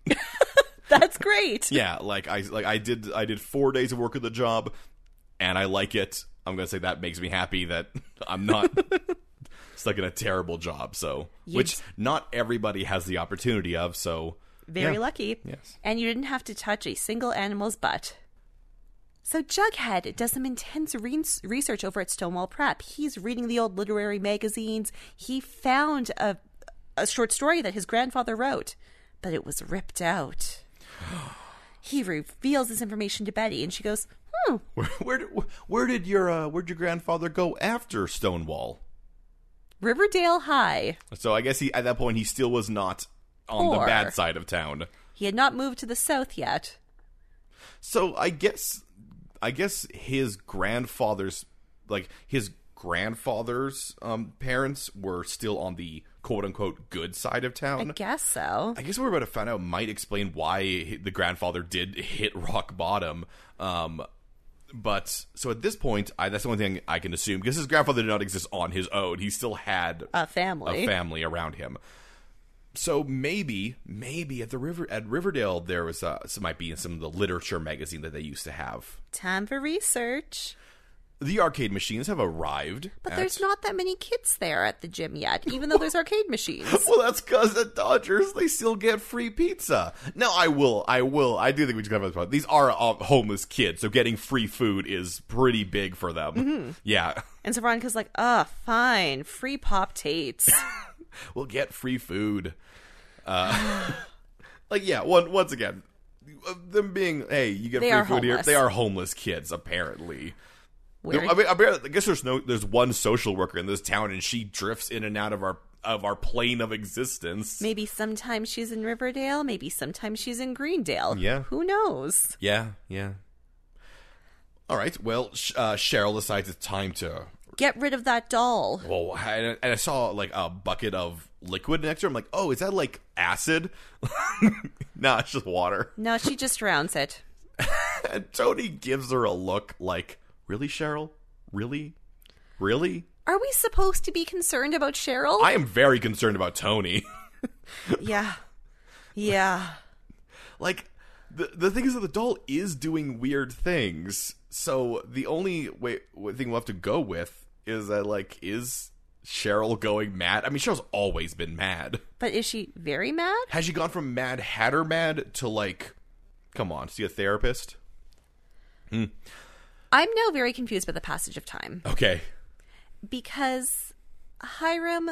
That's great. yeah, like I like I did I did four days of work at the job, and I like it. I'm gonna say that makes me happy that (laughs) I'm not stuck in a terrible job. So which not everybody has the opportunity of. So Very yeah. lucky. Yes. And you didn't have to touch a single animal's butt. So Jughead does some intense re- research over at Stonewall Prep. He's reading the old literary magazines. He found a a short story that his grandfather wrote, but it was ripped out. he reveals this information to Betty, and she goes, "Hmm, Where where did, where did your uh, where'd your grandfather go after Stonewall? Riverdale High." So I guess he at that point he still was not on the Or- bad side of town. He had not moved to the south yet. So I guess I guess his grandfather's like his grandfather's um, parents were still on the quote unquote good side of I town. guess so. I guess what we're about to find out might explain why hi- the grandfather did hit rock bottom. Um, but so at this point, I, that's the only thing I can assume because his grandfather did not exist on his own. He still had A family. a family around him. So maybe, maybe at the river at Riverdale, there was uh, some might be in some of the literature magazine that they used to have. Time for research. The arcade machines have arrived, But at- there's not that many kids there at the gym yet, even though there's arcade machines. Well, that's because at Dodgers they still get free pizza. No, I will, I will. I do think we just got to problem. These are uh, homeless kids, so getting free food is pretty big for them. Mm-hmm. Yeah, (laughs) (laughs) And so Veronica's like, oh, fine, free pop (laughs) tates. we'll get free food. Uh, (laughs) like yeah, one once again, uh, them being hey, you get They free are food here. homeless. They are homeless kids, apparently. Weird. I mean, I, barely- I guess there's no there's one social worker in this town, and she drifts in and out of our of our plane of existence. Maybe sometimes she's in Riverdale, maybe sometimes she's in Greendale. Yeah. Who knows? Yeah, yeah. All right. Well, Sh- uh, Cheryl decides it's time to. Get rid of that doll. Well, and and I saw like a bucket of liquid next to her. I'm like, oh, is that like acid? (laughs) nah, it's just water. No, she just drowns it. And Tony gives her a look like, really, Cheryl? Really? Really? Are we supposed to be concerned about Cheryl? I am very concerned about Tony. (laughs) yeah. Yeah. like the the thing is that the doll is doing weird things. So the only way w- thing we'll have to go with is that like is Cheryl going mad? I mean, Cheryl's always been mad. But is she very mad? Has she gone from mad hatter mad to like, come on, see a therapist? I'm now very confused by the passage of time. Okay, because Hiram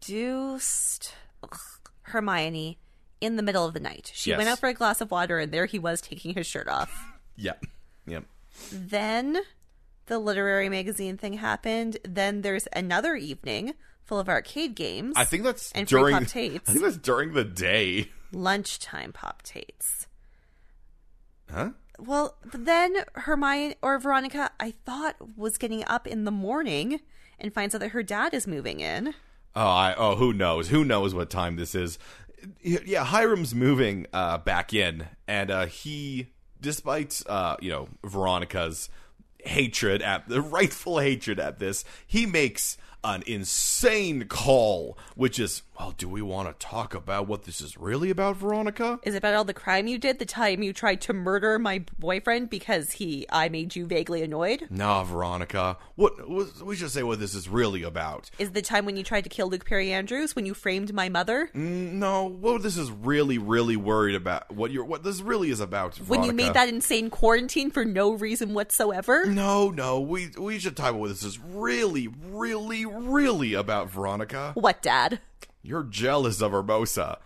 seduced ugh, Hermione in the middle of the night. She Yes. went out for a glass of water, and there he was taking his shirt off. yeah, yeah. then the literary magazine thing happened. Then there's another evening full of arcade games, I think that's And free during. pop (laughs) tates. I think that's during the day. lunchtime pop tates. Huh? Well, but then Hermione or Veronica, I thought, was getting up in the morning and finds out that her dad is moving in. Oh, I, oh, who knows? Who knows what time this is? Yeah, Hiram's moving uh, back in, and uh, he, despite uh, you know Veronica's hatred at the rightful hatred at this, he makes an insane call, which is, well, do we want to talk about what this is really about, Veronica? Is it about all the crime you did? The time you tried to murder my boyfriend because he I made you vaguely annoyed? Nah, Veronica. What, what we should say what this is really about. Is the time when you tried to kill Luke Perry Andrews when you framed my mother? No, what this is really, really worried about. What you're, what this really is about. When you Veronica. made that insane quarantine for no reason whatsoever? No, no, we we should talk about what this is really, really, really about Veronica. What, Dad? You're jealous of Hermosa.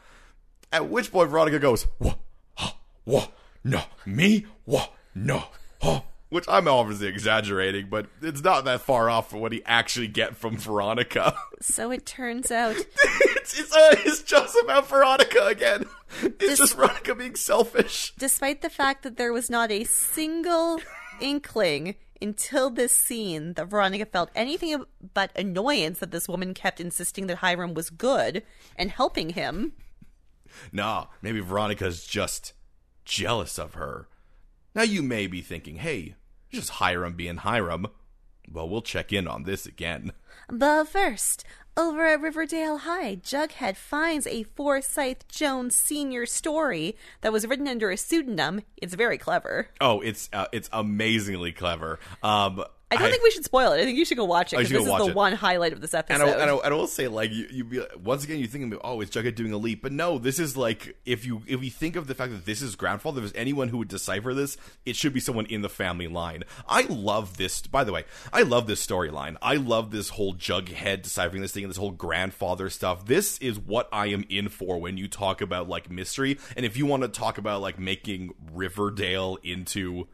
At which point Veronica goes, Wha huh, wha no, me? Wha no, huh. Which I'm obviously exaggerating, but it's not that far off from what he actually get from Veronica. (laughs) So it turns out it's, it's, uh, it's just about Veronica again. It's just Veronica being selfish. despite the fact that there was not a single inkling until this scene that Veronica felt anything but annoyance that this woman kept insisting that Hiram was good and helping him. Nah, maybe Veronica's just jealous of her. Now you may be thinking, hey, Just Hiram being Hiram. Well, we'll check in on this again. (laughs) But first, over at Riverdale High, Jughead finds a Forsyth Jones Sr. story that was written under a pseudonym. It's very clever. Oh, it's uh, it's amazingly clever. Um, I don't think we should spoil it. I think you should go watch it I because should go this is watch the it. one highlight of this episode. And I, and, I, and I will say, like, you, you be, once again, you think, oh, it's Jughead doing a leap, but no, this is like, if you if you think of the fact that this is Groundfall, if there's anyone who would decipher this, it should be someone in the family line. I love this. By the way, I love this storyline. I love this whole Jughead deciphering this thing and this whole grandfather stuff. This is what I am in for when you talk about like mystery, and if you want to talk about like making Riverdale into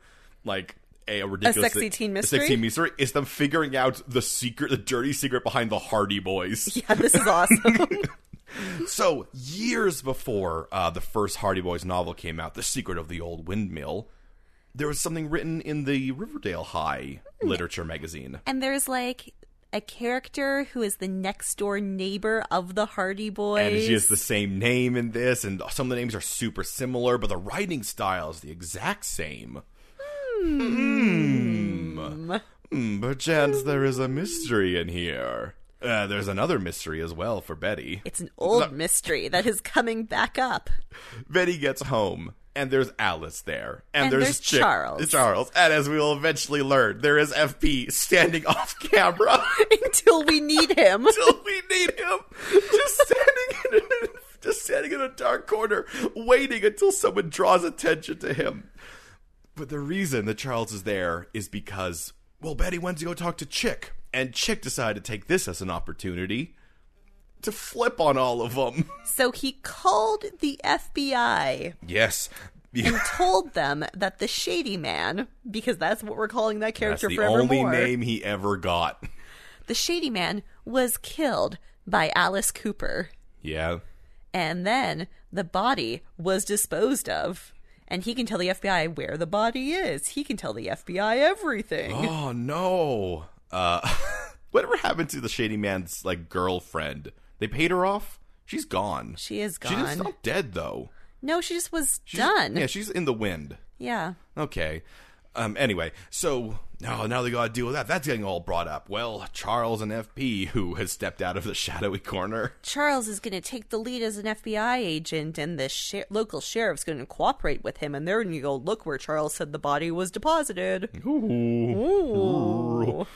like. A, a ridiculous sexy teen a mystery? sexy mystery is them figuring out the secret, the dirty secret behind the Hardy (laughs) Boys. yeah, this is (laughs) awesome. so years before uh, the first Hardy Boys novel came out, The Secret of the Old Windmill, there was something written in the Riverdale High literature magazine. and there's like a character who is the next door neighbor of the Hardy Boys. And she has the same name in this, and some of the names are super similar, but the writing style is the exact same. Hmm. Hmm, Perchance there is a mystery in here. Uh, there's another mystery as well for Betty. it's an old mystery that is coming back up. (laughs) Betty gets home, and there's Alice there, and, And there's, there's Chick- Charles. Charles, and as we will eventually learn, there is FP standing (laughs) off camera Until we need him. until we need him, just standing in a, (laughs) just standing in a dark corner, waiting until someone draws attention to him. But the reason that Charles is there is because well, Betty went to go talk to Chick, and Chick decided to take this as an opportunity to flip on all of them. So he called the FBI (laughs) Yes. and told them that the shady man, because that's what we're calling that That's character the forevermore, only name he ever got. the shady man was killed by Alice Cooper. Yeah. And then the body was disposed of. And he can tell the FBI where the body is. He can tell the FBI everything. (gasps) Oh no. Uh, (laughs) whatever happened to the shady man's like girlfriend? They paid her off. She's gone. She is She's gone. not dead though. no, she just was She's- done. Yeah, Yeah. she's in the wind. Okay. Um, anyway, so now now they gotta deal with that. That's getting all brought up. Well, Charles and FP, who has stepped out of the (laughs) shadowy corner. Charles is going to take the lead as an FBI agent, and the sh- local sheriff's going to cooperate with him. And they're going to go look where Charles said the body was deposited. Ooh.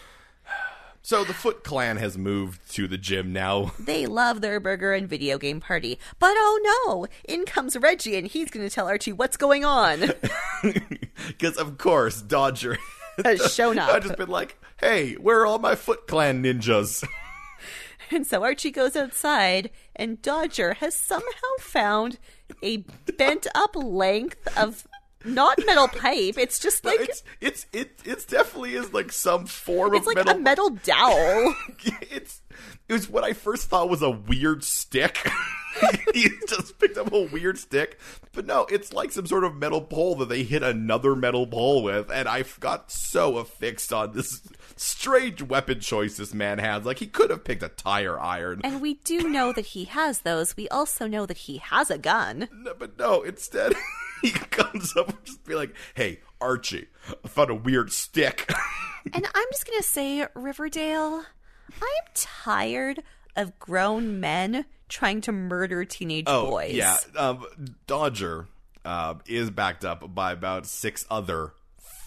So the Foot Clan has moved to the gym now. (laughs) They love their burger and video game party. But oh no, in comes Reggie, and he's going to tell Archie what's going (laughs) on. Because of course Dodger Has shown up. I've just been like, "Hey, where are all my Foot Clan ninjas?" (laughs) And so Archie goes outside, and Dodger has somehow found a bent up length of not metal pipe. It's just like it's, It's it's it it's definitely is like some form of like metal. a metal dowel. (laughs) It's it was what I first thought was a weird stick. (laughs) he just picked up a weird stick, but no, it's like some sort of metal pole that they hit another metal pole with, and I got so affixed on this strange weapon choice this man has. Like he could have picked a tire iron. (laughs) and we do know that he has those. We also know that he has a gun. No, but no, instead (laughs) he comes up and just be like, "Hey, Archie, I found a weird stick." (laughs) And I'm just going to say, Riverdale, I am tired of grown men trying to murder teenage boys. Yeah, um, Dodger um, is backed up by about six other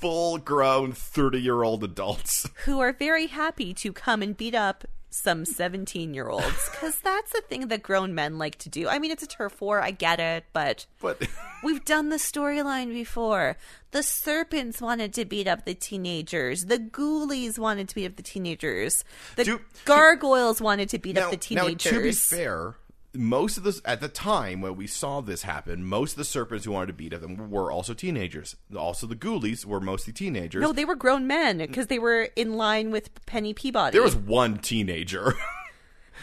full-grown thirty-year-old adults. (laughs) who are very happy to come and beat up some 17 year (laughs) olds because that's the thing that grown men like to do. I mean, it's a turf war, I get it, but But we've done the storyline before. The serpents wanted to beat up the teenagers, the ghoulies wanted to beat up the teenagers, the Do- gargoyles wanted to beat now, up the now, to be teenagers. fair, most of this at the time when we saw this happen, most of the serpents who wanted to beat up them were also teenagers. Also, the ghoulies were mostly teenagers. no, they were Mm. grown men because they were in line with Penny Peabody. there was one teenager. (laughs)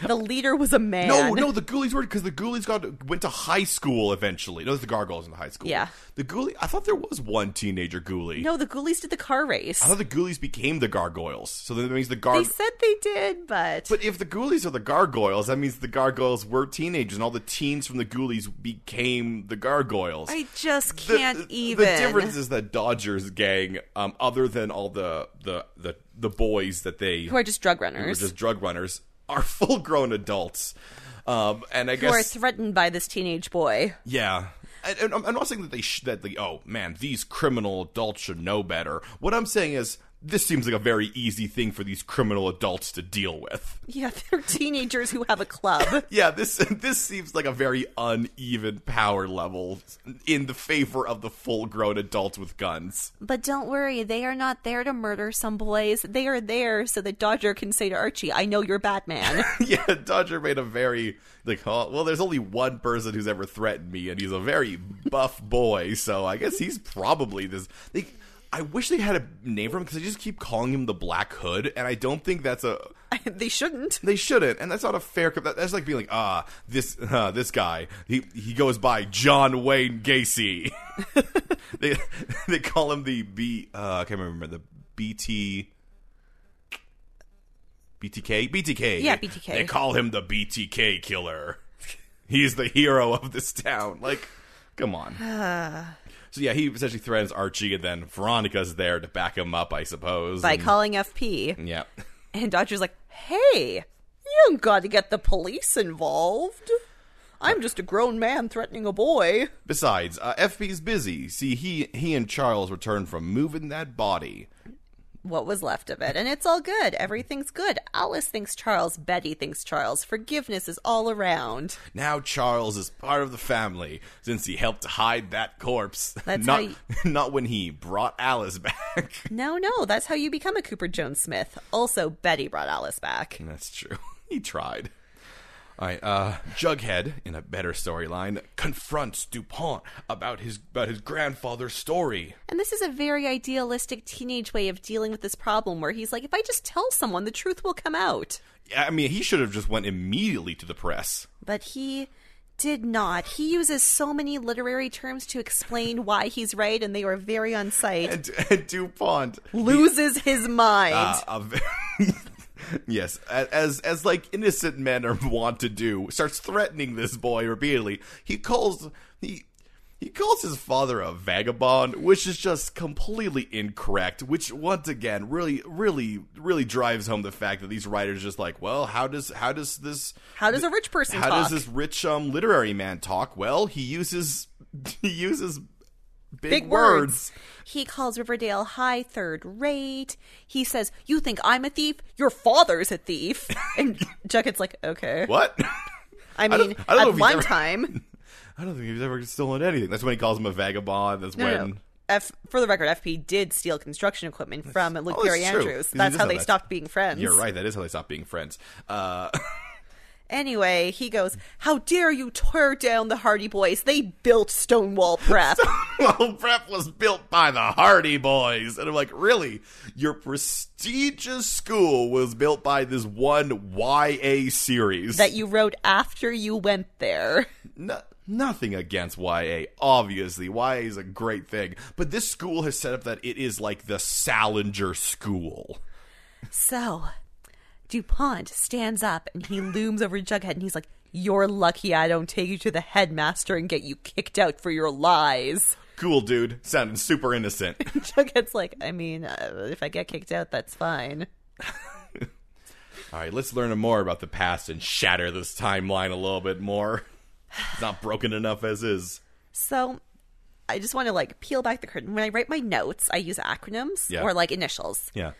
The leader was a man. No, no, the Ghoulies were because the Ghoulies got went to high school eventually. No, it was the Gargoyles in high school. Yeah. the Ghoulie. I thought there was one teenager Ghoulie. No, the Ghoulies did the car race. I thought the Ghoulies became the Gargoyles, so that means the They Gargoyles. said they did, but, But if the Ghoulies are the Gargoyles, that means the Gargoyles were teenagers, and all the teens from the Ghoulies became the Gargoyles. I just the, can't the even. difference is that Dodger's gang, um, other than all the the the, the boys that they who are just drug who are runners just drug runners, are (laughs) full grown adults. Um, and I who are guess threatened by this teenage boy. (laughs) yeah. And, and I'm I'm not saying that they sh- that the oh man these criminal adults should know better. What I'm saying is this seems like a very easy thing for these criminal adults to deal with. Yeah, they're teenagers who have (laughs) a club. Yeah, this this seems like a very uneven power level in the favor of the full-grown adults with guns. But don't worry, they are not there to murder some boys. They are there so that Dodger can say to Archie, I know (laughs) you're Batman. yeah, Dodger made a very like, oh, well, there's only one person who's ever threatened me, and he's a very buff boy, so I guess he's probably this. They, I wish they had a name for him because they just keep calling him the Black Hood, and I don't think that's a (laughs) they shouldn't. they shouldn't, and that's not a fair. comp- that- That's like being like, ah, this (laughs) uh, this guy, he he goes by John Wayne Gacy. (laughs) they (laughs) they call him the B. Uh, I can't remember the BT. BTK, BTK. Yeah, BTK. They call him the BTK killer. (laughs) He's the hero of this town. Like, come on. so yeah, he essentially threatens Archie, and then Veronica's there to back him up, I suppose. By and- calling FP. yeah. And Dodger's like, hey, you don't got to get the police involved. I'm just a grown man threatening a boy. Besides, uh, FB's busy. See, he he and Charles return from moving that body. What was left of it? And it's all good. Everything's good. Alice thinks Charles. Betty thinks Charles. Forgiveness is all around. Now Charles is part of the family since he helped hide that corpse. That's not how you- not (laughs) when he brought Alice back. (laughs) No, no, that's how you become a Cooper Jones Smith. Also, Betty brought Alice back. That's true. (laughs) He tried. All right, uh, Jughead in a better storyline confronts Dupont about his about his grandfather's story. And this is a very idealistic teenage way of dealing with this problem where he's like, if I just tell someone, the truth will come out. I mean, he should have just went immediately to the press. (laughs) But he did not. He uses so many literary terms to explain why he's right, and they were very on site. And, and Dupont Loses his mind. Uh, a ve- (laughs) yes, a- as as like innocent men are wont to do, starts threatening this boy repeatedly. He calls he. He calls his father a vagabond, which is just completely incorrect. Which, once again, really, really, really drives home the fact that these writers just like, well, how does how does this How does a rich person how talk? does this rich um literary man talk? Well, he uses (laughs) he uses big, Big words. words. He calls Riverdale high third rate. He says, You think I'm a thief? Your father's (laughs) a thief. And Jughead's like, Okay. What? (laughs) I mean, don't- I don't know at if he's one ever- (laughs) time. I don't think he's ever stolen anything. That's when he calls him a vagabond. That's No, when no, no. F, for the record, FP did steal construction equipment from Luke oh, Perry that's true. Andrews. He That's does how know they that. stopped being friends. You're right. That is how they stopped being friends. Uh, (laughs) Anyway, he goes, How dare you tear down the Hardy Boys? They built Stonewall Prep. well, prep was built by the Hardy Boys, and I'm like, really? Your prestigious school was built by this one YA series. that you wrote after you went there. No- nothing against YA, obviously. YA is a great thing, but this school has set up that it is like the Salinger School. So, DuPont stands up and he looms over Jughead and he's like, You're lucky I don't take you to the headmaster and get you kicked out for your lies. (laughs) Cool, dude. Sounding super innocent. Jughead's like, I mean, uh, if I get kicked out, that's fine. All right, let's learn more about the past and shatter this timeline a little bit more. It's not broken enough as is. So I just want to like peel back the curtain. When I write my notes, I use acronyms Yeah. or like initials. Yeah.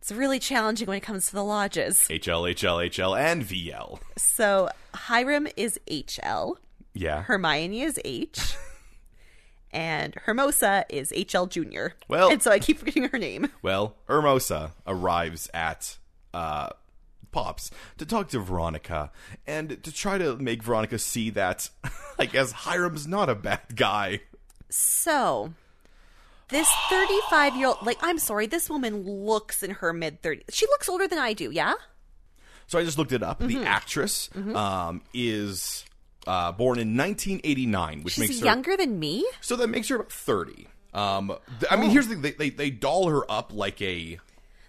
It's really challenging when it comes to the lodges. HL, HL, HL, and VL. So Hiram is HL, Yeah. Hermione is (laughs) H, and Hermosa is HL Jr. Well- and so I keep forgetting her name. Well, Hermosa arrives at uh, Pops to talk to Veronica and to try to make Veronica see that, (laughs) I guess, Hiram's not a bad guy. So (sighs) this 35 year old, like, I'm sorry, this woman looks in her mid 30s. She looks older than I do, yeah? So I just looked it up. Mm-hmm. The actress um, is uh, born in 1989, which makes She's her younger than me? so that makes her about 30. Um, th- I mean, here's the thing. They, they they doll her up like a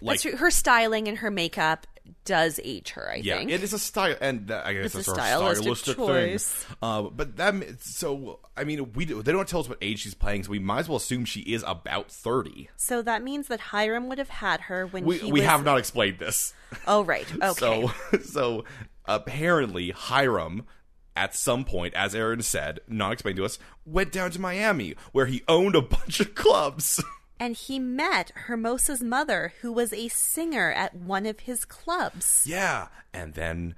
like Oh. That's her- her styling and her makeup does age her, I yeah, think. it is a style, and that, I guess It's it's a our stylistic stylistic choice. thing. Uh, but that m- so I mean, we do- they don't tell us what age she's playing, so we might as well assume she is about 30. so that means that Hiram would have had her when We he we was... have not explained this. Oh, right. Okay. (laughs) So so apparently Hiram at some point, as Aaron said, not explained to us, went down to Miami where he owned a bunch of (laughs) clubs. And he met Hermosa's mother, who was a singer at one of his clubs. yeah, and then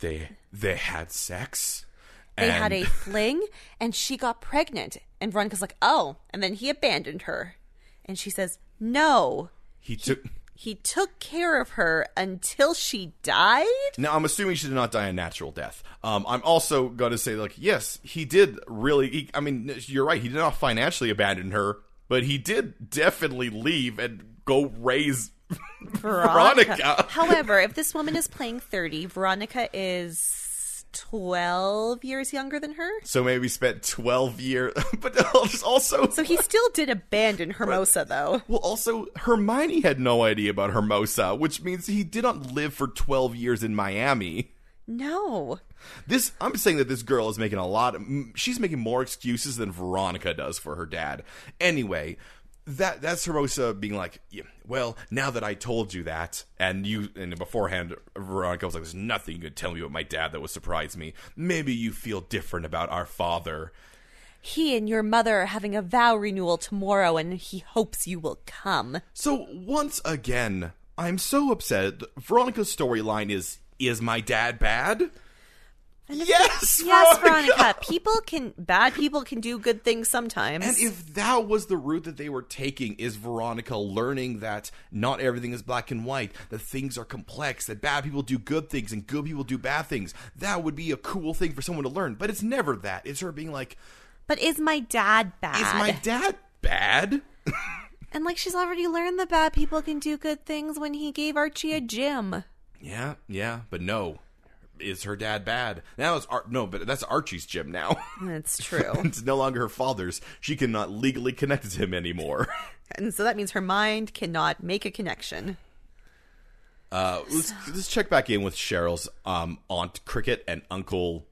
they they had sex. They had a and- (laughs) fling, and she got pregnant. And Veronica's like, oh. And then he abandoned her. And she says, no. he took. He took care of her until she died? Now I'm assuming she did not die a natural death. Um, I'm also going to say like yes, he did really. He, I mean, you're right. He did not financially abandon her, but he did definitely leave and go raise (laughs) Veronica. However, if this woman is playing 30, Veronica is 12 years younger than her. So maybe spent 12 years, (laughs) but also- also, So he still did abandon Hermosa, though. well, also Hermione had no idea about Hermosa, which means he did not live for 12 years in Miami. No. This, I'm saying that this girl is making a lot. m- She's making more excuses than Veronica does for her dad. Anyway, that that's Hermosa being like, yeah, well, now that I told you that, and you, and beforehand, Veronica was like, "There's nothing you could tell me about my dad that would surprise me. Maybe you feel different about our father." He and your mother are having a vow renewal tomorrow, and he hopes you will (laughs) come. So once again, I'm so upset. Veronica's storyline is is my dad bad? Yes, Yes, Veronica. Veronica. People can, bad people can do good things sometimes. And if that was the route that they were taking, is Veronica learning that not everything is black and white, that things are complex, that bad people do good things and good people do bad things? That would be a cool thing for someone to learn. But it's never that. It's her being like, but is my dad bad? "Is my dad bad?" and like she's already learned that bad people can do good things when he gave Archie a gym. Yeah, yeah, but no. Is her dad bad? Now it's Ar- no, but that's Archie's gym now. That's true. (laughs) it's no longer her father's. She cannot legally connect to him anymore. and so that means her mind cannot make a connection. Uh, let's, let's check back in with Cheryl's um, aunt Cricket and uncle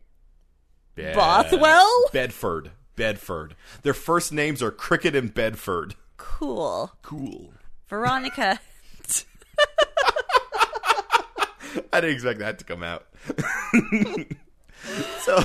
Be- Bothwell? Bedford. Bedford. Their first names are Cricket and Bedford. Cool. Cool. (laughs) Veronica. I didn't expect that to come out. (laughs) so,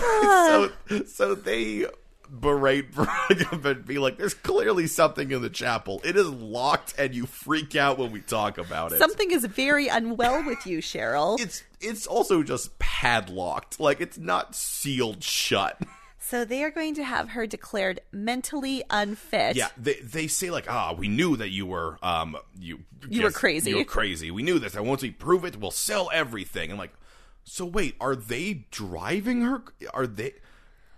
so, so they berate Veronica and be like, "There's clearly something in the chapel. It is locked, and you freak out when we talk about it." Something is very unwell with you, Cheryl. it's it's also just padlocked. Like it's not sealed shut. (laughs) So they are going to have her declared mentally unfit. Yeah, they they say like, ah, we knew that you were um you You were crazy. You were crazy. We knew this. And once we prove it, we'll sell everything. I'm like, so wait, are they driving her? Are they?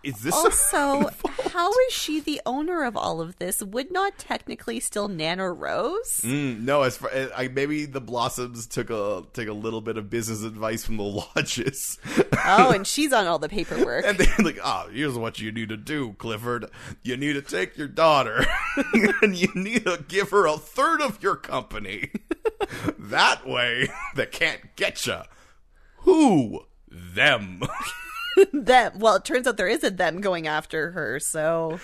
Is this (laughs) Also, how is she the owner of all of this? Would not technically still Nana Rose? (laughs) Mm, no? As far, I maybe the blossoms took a took a little bit of business advice from the (laughs) lodges, (laughs) Oh, and she's on all the paperwork. and they're like, ah, here's what you need to do, Clifford. You need to take your daughter, (laughs) and you need to give her a third of your company. (laughs) that way, (laughs) they can't get you. Who? Them. (laughs) Them. Well, it turns out there isn't them going after her, so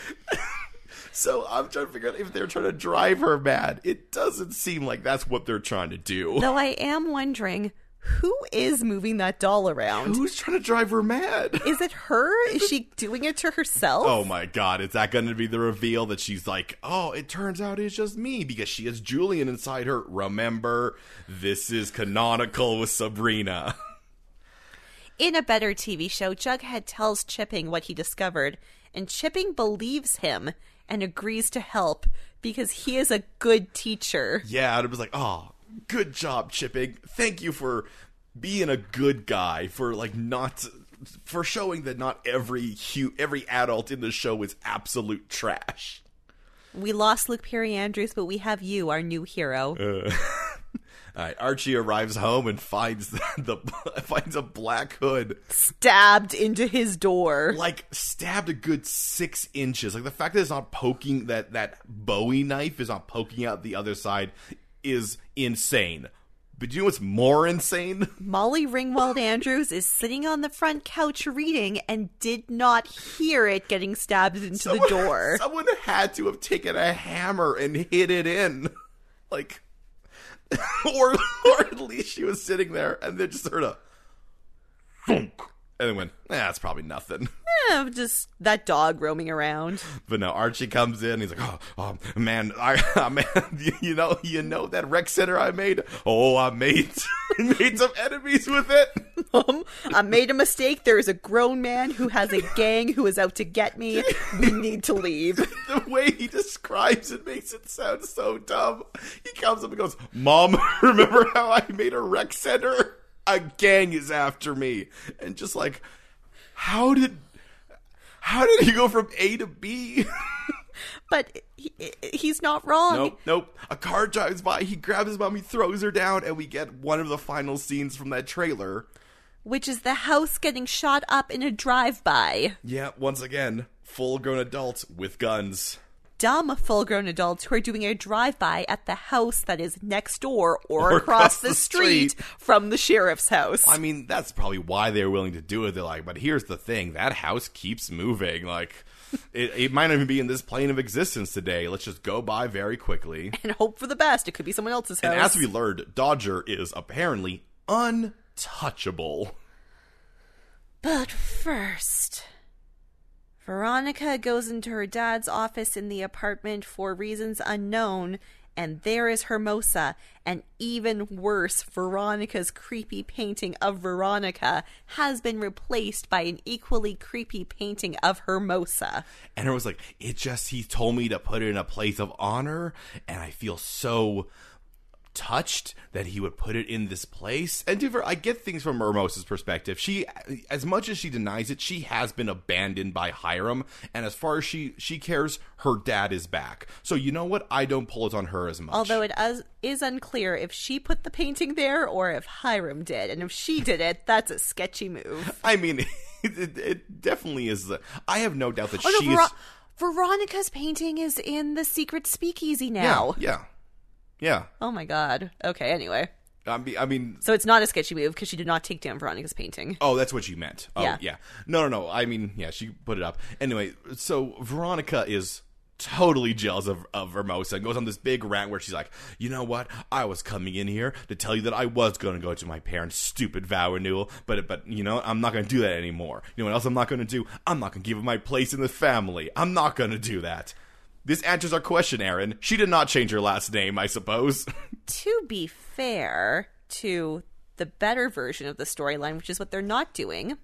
so I'm trying to figure out if they're trying to drive her mad. It doesn't seem like that's what they're trying to do. though I am wondering who is moving that doll around? Who's trying to drive her mad? Is it her? Is she doing it to herself? Oh my god, is that going to be the reveal that she's like, oh, it turns out it's just me because she has Julian inside her? Remember, this is canonical with Sabrina. (laughs) In a better TV show, Jughead tells Chipping what he discovered, and Chipping believes him and agrees to help because he is a good teacher. Yeah, and it was like, oh, good job, Chipping. Thank you for being a good guy, for like not. For showing that not every hu- every adult in the show is absolute trash. We lost Luke Perry Andrews, but we have you, our new hero. All right, Archie arrives home and finds (laughs) the, the finds a black hood Stabbed into his door. like stabbed a good six inches. Like the fact that it's not poking that that Bowie knife is not poking out the other side is insane. But do you know what's more insane? (laughs) Molly Ringwald Andrews is sitting on the front couch reading and did not hear it getting stabbed into the (laughs) door. Someone had to have taken a hammer and hit it in, (laughs) like, or or at least she was sitting there and they just heard a thunk and then went, "Nah, that's probably nothing." (laughs) Eh, just that dog roaming around. But no, Archie comes in. He's like, "Oh, oh man, I, (laughs) I man, you, you know, you know that rec center I made. Oh, I made (laughs) made some enemies with it." (laughs) Mom, I made a mistake. There is a grown man who has a gang who is out to get me. We need to leave. the way he describes it makes it sound so dumb. He comes up and goes, Mom, (laughs) remember how I made a rec center? A gang is after me. And just like, how did how did he go from A to B? (laughs) But he, he's not wrong. (laughs) nope, nope. A car drives by, he grabs his mom, he throws her down, and we get one of the final scenes from that trailer. which is the house getting shot up in a drive by. Yeah, once again, full grown adults with guns. Dumb full grown adults who are doing a drive by at the house that is next door or, across, the, street, From the sheriff's house. I mean, that's probably why they were willing to do it. They're like, but here's the thing: that house keeps moving. Like, (laughs) it, it might not even be in this plane of existence today. Let's just go by very quickly. and hope for the best. It could be someone else's house. And as we learned, Dodger is apparently untouchable. But first, Veronica goes into her dad's office in the apartment for reasons unknown, and there is Hermosa, and even worse, Veronica's creepy painting of Veronica has been replaced by an equally creepy painting of Hermosa. And it was like, it just he told me to put it in a place of honor, and I feel so touched that he would put it in this place. And to her, I get things from Hermosa's perspective. She, as much as she denies it, she has been abandoned by Hiram, and as far as she she cares, her dad is back. So you know what? I don't pull it on her as much. Although it is, is unclear if she put the painting there or if Hiram did. And if she did it, that's a sketchy (laughs) move. (laughs) I mean, (laughs) it, it definitely is. The, I have no doubt that Oh, she no, Vero- is. Veronica's painting is in the secret speakeasy now. Yeah, yeah. Oh my god. Okay, anyway. yeah. I mean, I mean, So it's not a sketchy move because she did not take down Veronica's painting. Oh, that's what you meant. Oh, yeah. Yeah. No, no, no. I mean, yeah, she put it up. Anyway, so Veronica is totally jealous of, of Hermosa and goes on this big rant where she's like, you know what? I was coming in here to tell you that I was going to go to my parents' stupid vow renewal, but, but you know, I'm not going to do that anymore. You know what else I'm not going to do? I'm not going to give up my place in the family. I'm not going to do that. This answers our question, Aaron. She did not change her last name, I suppose. To be fair to the better version of the storyline, which is what they're not doing,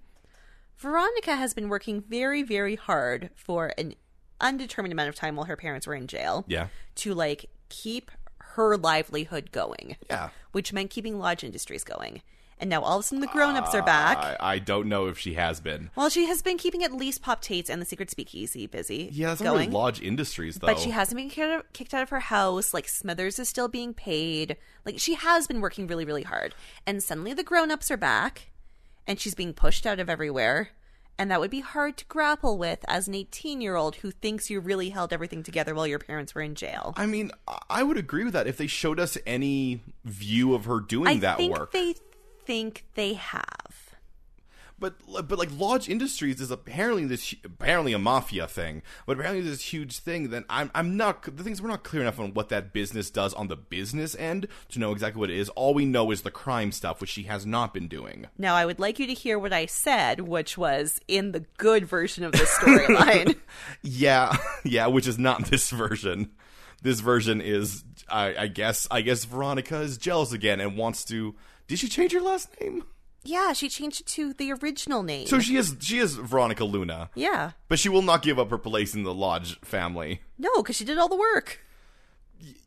Veronica has been working very, very hard for an undetermined amount of time while her parents were in jail. yeah. to like keep her livelihood going, (laughs) Yeah. which meant keeping lodge industries going. And now all of a sudden the grown ups are back. I, I don't know if she has been. well, she has been keeping at least Pop Tate's and the Secret Speakeasy busy. Yeah, that's not really going. Lodge Industries, though. but she hasn't been kicked out- kicked out of her house. Like Smithers is still being paid. Like she has been working really, really hard. And suddenly the grown ups are back, and she's being pushed out of everywhere. And that would be hard to grapple with as an 18 year old who thinks you really held everything together while your parents were in jail. I mean, I- I would agree with that if they showed us any view of her doing I that think work. They think they have. but but like Lodge Industries is apparently this hu- apparently a mafia thing, but apparently this huge thing. Then I'm I'm not the things we're not clear enough on what that business does on the business end to know exactly what it is. All we know is the crime stuff, which she has not been doing. Now, I would like you to hear what I said, which was in the good version of this (laughs) storyline. Yeah, yeah, which is not this version. This version is I, I guess I guess Veronica is jealous again and wants to. Did she change her last name? yeah, she changed it to the original name. So she is she is Veronica Luna. yeah. But she will not give up her place in the Lodge family. No, because she did all the work.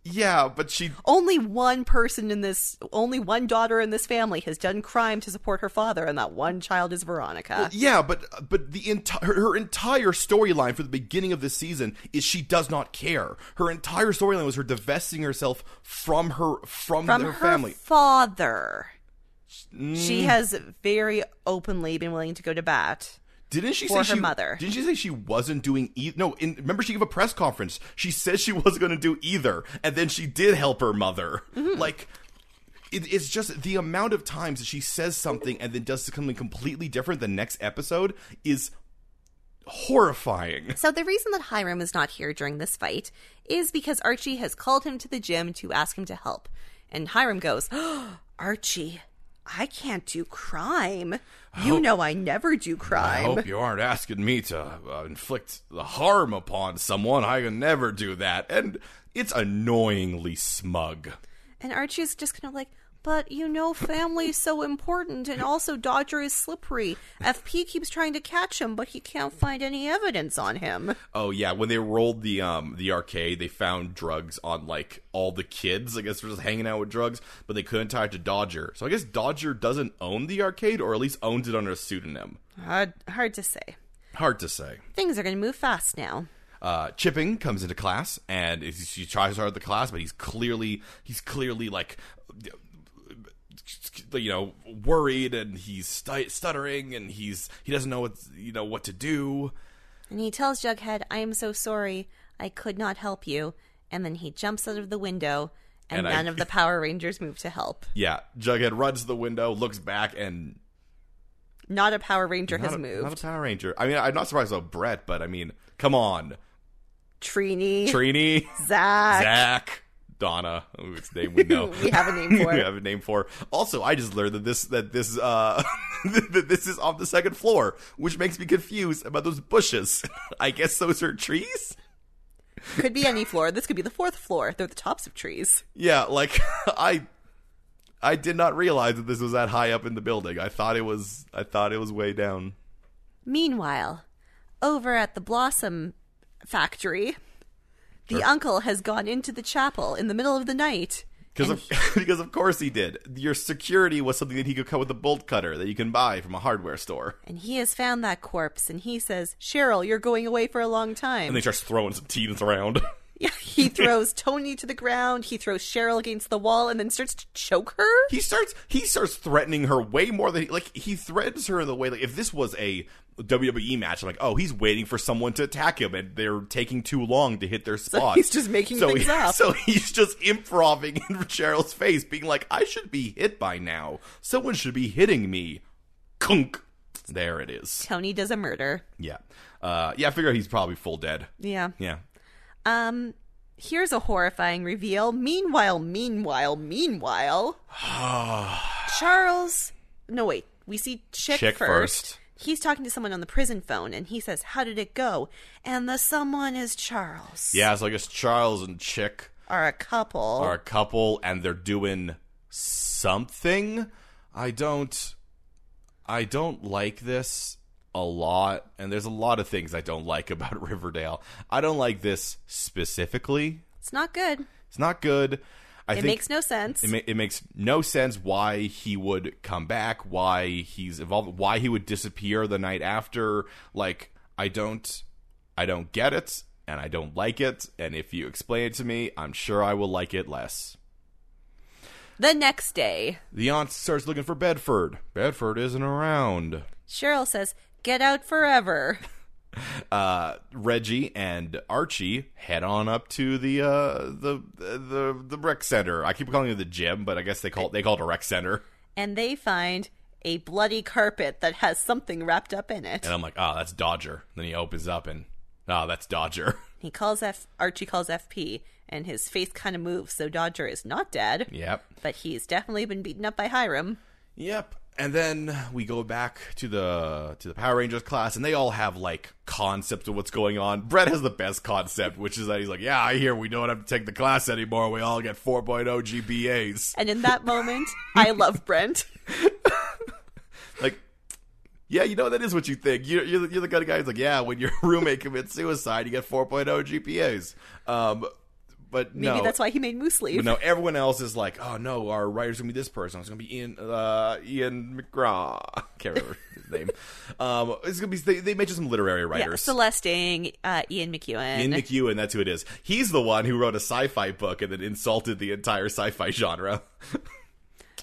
yeah, but she Only one person in this, only one daughter in this family has done crime to support her father, and that one child is Veronica. Yeah, but but the entire her, her entire storyline for the beginning of this season is she does not care. Her entire storyline was her divesting herself from her from, from their her family. Mm. father. She has very openly been willing to go to bat. Didn't she for say her she mother. Didn't she say she wasn't doing either? No, in, remember she gave a press conference. She said she (laughs) wasn't going to do either, and then she did help her mother. Mm-hmm. Like. It, it's just the amount of times that she says something and then does something completely different the next episode is horrifying. So the reason that Hiram is not here during this fight is because Archie has called him to the gym to ask him to help. And Hiram goes, (gasps) Archie, I can't do crime. You know I never do I crime. hope you aren't asking me to uh, inflict the harm upon someone. I can never do that. And it's annoyingly smug. and Archie's just kind of like, but you know, family's so important, and also Dodger is slippery. FP keeps trying to catch him, but he can't find any evidence on him. Oh yeah, when they rolled the um the arcade, they found drugs on like all the kids. I guess were just hanging out with drugs, but they couldn't tie it to Dodger. So I guess Dodger doesn't own the arcade, or at least owns it under a pseudonym. Hard, hard to say. Hard to say. Things are going to move fast now. uh, Chipping comes into class and is- she tries hard at the class, but he's clearly he's clearly like you know worried and he's stu- stuttering and he's he doesn't know what you know what to do. And he tells Jughead, I am so sorry. I could not help you. And then he jumps out of the window, and, And I- none of the Power Rangers move to help. Yeah, Jughead runs to the window, looks back, and Not a Power Ranger not has a, moved. not a Power Ranger. I mean, I'm not surprised about Brett, but I mean, come (laughs) on, Trini, Trini, Zach. (laughs) Zach, Donna, whose name we know. (laughs) We have a name for (laughs) we it. have a name for. Also, I just learned that this that this uh (laughs) that this is off the second floor, which makes me confused about those bushes. (laughs) I guess those are trees. Could be any floor. This could be the fourth floor. They're the tops of trees. Yeah, like (laughs) I I did not realize that this was that high up in the building. I thought it was I thought it was way down. Meanwhile, over at the Blossom factory, the Sure. uncle has gone into the chapel in the middle of the night. Because of, (laughs) because of course he did. Your security was something that he could cut with a bolt cutter that you can buy from a hardware store. And he has found that corpse, and he says, Cheryl, you're going away for a long time. And he starts throwing some teens around. Yeah, he throws Tony to the ground. He throws Cheryl against the wall and then starts to choke her. (laughs) he starts he starts threatening her way more than like he threatens her in the way like if this was a WWE match, I'm like, oh, he's waiting for someone to attack him, and they're taking too long to hit their spot. he's just making so things up. (laughs) So he's just improving in Cheryl's face, being like, "I should be hit by now. Someone should be hitting me." Kunk. There it is. Tony does a murder. Yeah, uh, yeah. I figure he's probably full dead. Yeah. Yeah. Um, Here's a horrifying reveal. Meanwhile, meanwhile, (sighs) meanwhile, Charles. No, wait. We see Chick, Chick first. first. He's talking to someone on the prison phone, and he says, "How did it go?" And the someone is Charles. Yeah. So I guess Charles and Chick Are a couple. Oh. are a couple and they're doing something. I don't I don't like this a lot and there's a lot of things I don't (laughs) like about Riverdale. I don't like this specifically. it's not good. It's not good. I It think makes no sense. it, ma- it makes no sense why he would come back, why he's involved, why he would disappear the night after. Like I don't, I don't get it, and I don't like it. And if you explain it to me, I'm sure I will like it less. the next day, The aunt starts looking for Bedford. Bedford isn't around. Cheryl says, Get out forever. Uh, Reggie and Archie head on up to the uh, the the the rec center. I keep calling it the gym, but I guess they call it, they call it a rec center. And they find a bloody carpet that has something wrapped up in it. And I'm like, oh, that's Dodger. Then he opens up and, oh, that's Dodger. (laughs) He calls F. Archie calls FP, and his face kind of moves, so Dodger is not dead, yep. but he's definitely been beaten up by Hiram. Yep. And then we go back to the to the Power Rangers class, and they all have like concepts of what's going on. Brett has the best concept, which is that he's like, "Yeah, I hear we don't have to take the class anymore. We all get 4.0 GPAs." And in That moment, (laughs) I love Brent. like yeah you know that is what you think you're, you're, the- you're the (laughs) oh kind of guy who's like yeah when your roommate commits suicide you get 4.0 gpas um, but Maybe no. that's why he made Moose leave. But no, everyone else is like, oh no, our writer's gonna be this person. It's gonna be Ian, uh, Ian McGraw. (laughs) I can't remember his name. Um, it's gonna be they, they mentioned some literary Yeah, writers. Celeste Ng, uh, Ian McEwan. Ian McEwan, that's who it is. He's the one who wrote a sci-fi book and then insulted the entire sci-fi genre.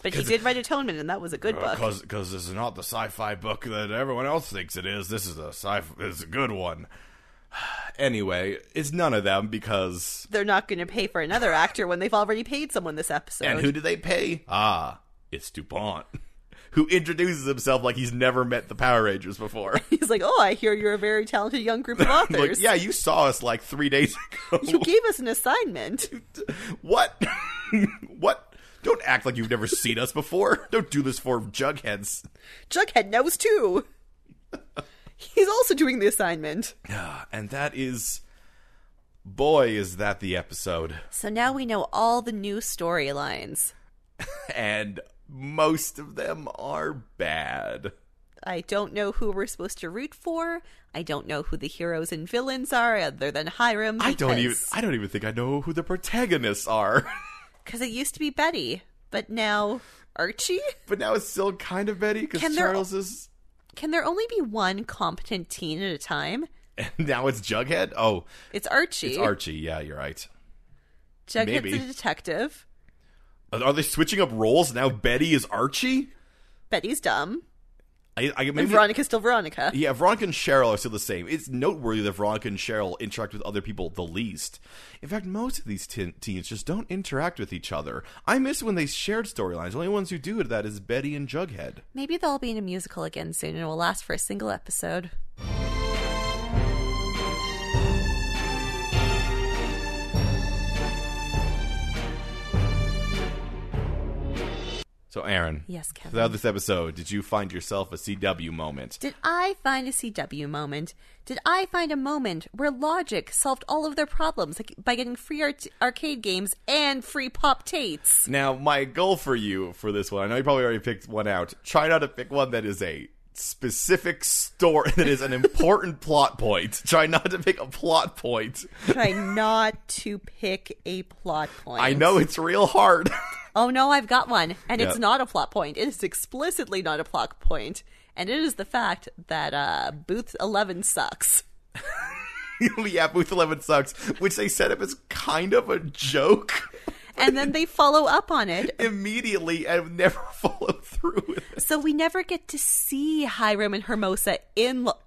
but he did write Atonement, and that was a Oh, good Uh, book. because this is not the sci-fi book that everyone else thinks it is. This is a sci this is a good one. (sighs) anyway, it's none of them because They're not going to pay for another actor when they've already paid someone this episode. and who do they pay? Ah, it's Dupont, (laughs) who introduces himself like he's never met the Power Rangers (laughs) before. (laughs) He's like, oh, I hear you're a very talented young group of authors. (laughs) like, yeah, you saw us like three days (laughs) ago. You gave us an assignment. what? (laughs) what? Don't act like you've never seen us before. (laughs) Don't do this for Jugheads. Jughead knows too. (laughs) He's also doing the assignment. And that is, boy, is that the episode. so now we know all the new storylines. (laughs) and most of them are bad. I don't know who we're supposed to root for. I don't know who the heroes and villains are other than Hiram. I don't even I don't even think I know who the protagonists are. (laughs) Because 'cause it used to be Betty, but now Archie? but now it's still kind of Betty because Can there- Charles is Can there only be one competent teen at a time? (laughs) and now it's Jughead. Oh, It's Archie. it's Archie. Yeah, you're right. Jughead's maybe. a detective. Are are they switching up roles now? Betty is Archie. Betty's dumb. I, I And maybe. Veronica's still Veronica. yeah, Veronica and Cheryl are still the same. It's noteworthy that Veronica and Cheryl interact with other people the least. In fact, most of these teen teens just don't interact with each other. I miss when they shared storylines. The only ones who do that is Betty and Jughead. Maybe they'll all be in a musical again soon and it will last for a single episode. So, Aaron. Yes, Kevin. Throughout this episode, did you find yourself a CW moment? Did I find a CW moment? Did I find a moment where Logic solved all of their problems like, by getting free art- arcade games and free pop tates? Now, my goal for you for this one, I know you probably already picked one out. Try not to pick one that is a specific story (laughs) that is an important plot point. Try not to pick a plot point. Try not to pick a plot point. I know it's real hard. (laughs) Oh no, I've got one, and Yeah. it's not a plot point. It is explicitly not a plot point, and it is the fact that uh, Booth Eleven sucks. yeah, Booth Eleven sucks, which they set up as kind of a joke (laughs) And then they follow up on it. immediately and never (laughs) follow through with it. So we never get to see Hiram and Hermosa in lo-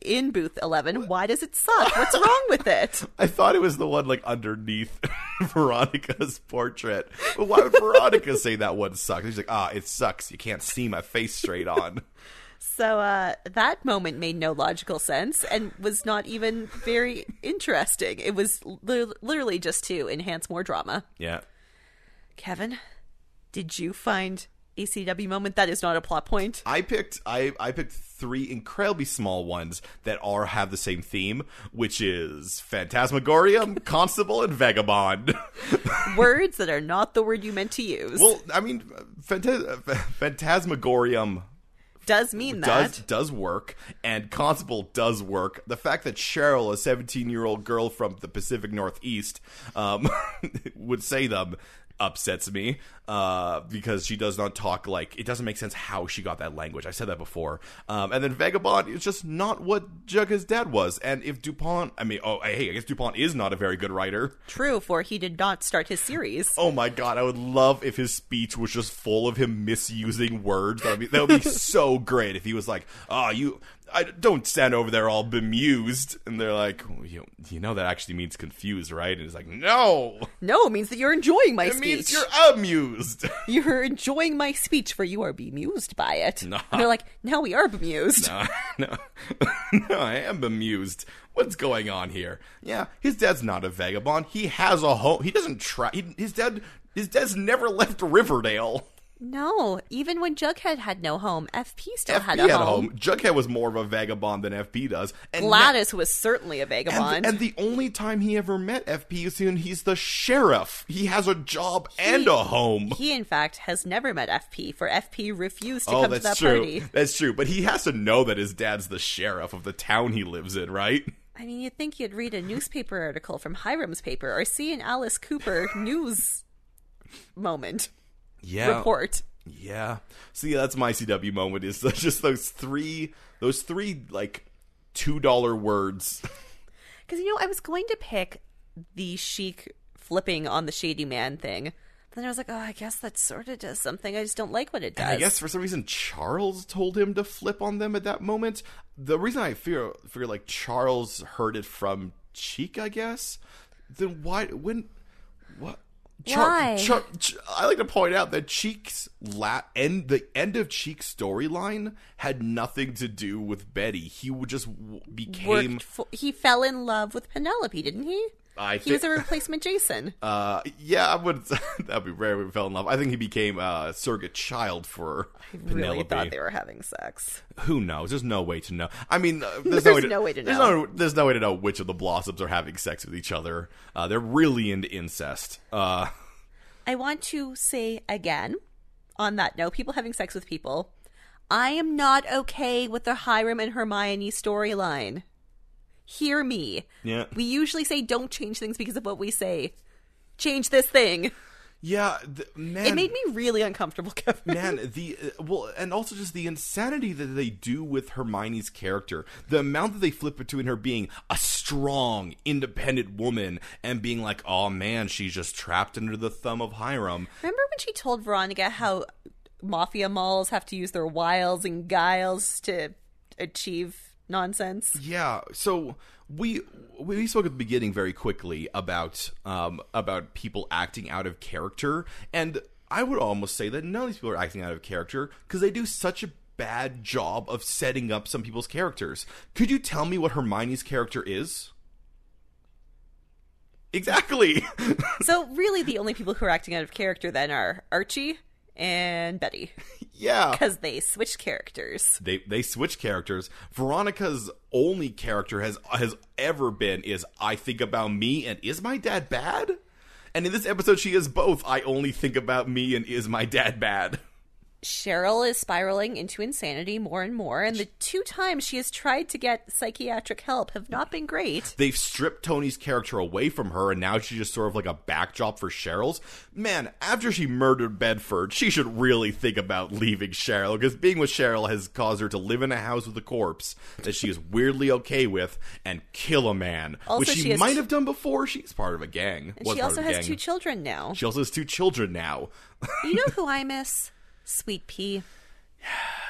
in Booth 11. Why does it suck? What's What's wrong with it? I thought it was the one like underneath (laughs) Veronica's portrait. But why would Veronica (laughs) say that one sucks? She's like, ah, it sucks. You can't see my face straight on. So uh, that moment made no logical sense and was not even very interesting. It was li- literally just to enhance more drama. Yeah. Kevin, did you find a CW moment that is not a plot point? I picked I, I picked three incredibly small ones that are have the same theme, which is Phantasmagorium, (laughs) Constable, and Vagabond. (laughs) Words that are not the word you meant to use well, I mean, Phanta- Phantasmagorium does mean that. does does work and constable does work the fact that cheryl a 17 year old girl from the pacific northeast um, (laughs) would say them upsets me uh, because she does not talk like it doesn't make sense how she got that language i've said that before um, and then vagabond is just not what jugga's dad was and if dupont i mean oh hey i guess dupont is not a very good writer True, for he did not start his series. Oh my god, I would love if his speech was just full of him misusing words. That would be, that would (laughs) be so great if he was like, "Ah, you I don't stand over there all bemused." And they're like, "Well, "You you know that actually means confused, right?" And he's like, "No. No, it means that you're enjoying my It speech. means you're amused." You're enjoying my speech, for you are bemused by it. Nah. And they're like, now we are bemused. (laughs) Uh, no. (laughs) no, I am bemused. What's going on here? Yeah, his dad's not a vagabond. He has a home. He doesn't try. He, his dad his dad's never left Riverdale. No, even when Jughead had no home, FP still FP had had a home. Jughead was more of a vagabond than FP does. And Gladys was certainly a And, vagabond. and the only time he ever met FP is when he's the sheriff. He has a job and a home. he, in fact, has never met FP, for FP refused to oh, come to that's that true. party. That's true. But he has to know that his dad's the sheriff of the town he lives in, right? I mean, you'd think you'd read a newspaper article from Hiram's paper or see an (laughs) Alice Cooper news moment Yeah. report. Yeah. See, that's my CW moment is (laughs) just those three, those three like two dollar words. Because, you know, I was going to pick the chic flipping on the shady man thing. Then I was like, oh, I guess that sort of does something. I just don't like what it does. And I guess for some reason Charles told him to flip on them at that moment. The reason I fear, fear like Charles heard it from Cheek, I guess. Then why? When? What? Why? Char, Ch- I like to point out that Cheek's la- end the end of Cheek's storyline had nothing to do with Betty. He would just w- became Worked for, he fell in love with Penelope, didn't he? I he was thi- a replacement Jason. Uh, yeah, I would. (laughs) that'd be rare. We fell in love. I think he became a surrogate child for (laughs) Penelope. Really thought they were having sex. Who knows? There's no way to know. I mean, uh, there's, There's no way to there's know. No, there's no way to know which of the blossoms are having sex with each other. Uh, they're really into incest. Uh, I want to say again on that note, people having sex with people. I am not okay with the Hiram and Hermione storyline. Hear me. yeah, We usually say don't change things because of what we say. Change this thing. (laughs) yeah. Th- man, It made me really uncomfortable, (laughs) Kevin. (laughs) man the uh, well and also just the insanity that they do with hermione's character the amount that they flip between her being a strong independent woman and being like oh man she's just trapped under the thumb of hiram Remember when she told Veronica how mafia malls have to use their wiles and guiles to achieve (laughs) nonsense? yeah so we we spoke at the beginning very quickly about um about people acting out of character and i would almost say that none of these people are acting out of character because they do such a bad job of setting up some people's characters could you tell me what hermione's character is exactly (laughs) so, really, the only people who are acting out of character then are Archie and Betty yeah because they switched characters. they they switch characters. Veronica's only character has has ever been is I think about me and is my dad bad? And in this episode she is both I only think about me and is my dad bad. Cheryl is spiraling into insanity more and more, and the two times she has tried to get psychiatric help have not been great. They've stripped Tony's character away from her and now she's just sort of like a backdrop for Cheryl's. Man, after she murdered Bedford, she should really think about leaving Cheryl because being with Cheryl has caused her to live in a house with a corpse that she is weirdly okay with and kill a man, Also, which she, she has might t- have done before. She's part of a gang. And was she part also of a has gang. two children now. She also has two children now. (sighs) you know who I miss? Sweet Pea.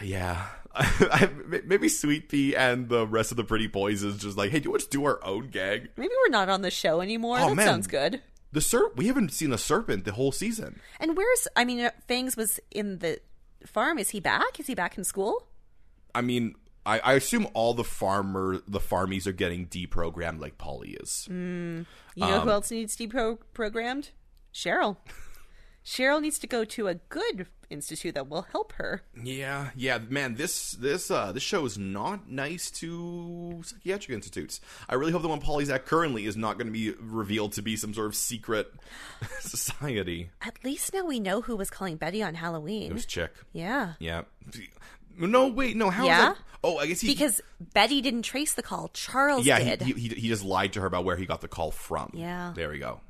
yeah. (laughs) I- Maybe Sweet Pea and the rest of the pretty boys is just like, hey, do let's do our own gang. Maybe we're not on the show anymore. Oh, that man. sounds good. The serp. We haven't seen the serpent the whole season. And where's I mean uh, Fangs was in the farm. Is he back? Is he back in school? I mean, I, I assume all the farmer, the farmies are getting deprogrammed like Polly is. You Um, know who else needs deprogrammed? Cheryl. Cheryl needs to go to a good institute that will help her. Yeah, yeah, man. This this uh this show is not nice to psychiatric institutes. I really hope the one Polly's at currently is not going to be revealed to be some sort of secret (laughs) society. At least now we know who was calling Betty on It Halloween. was chick. yeah. Yeah. No, wait, no. How? is Yeah? that- Oh, I guess he Because Betty didn't trace the call. Charles yeah did. he, he he he just lied to her about where he got the call from. Yeah. There we go.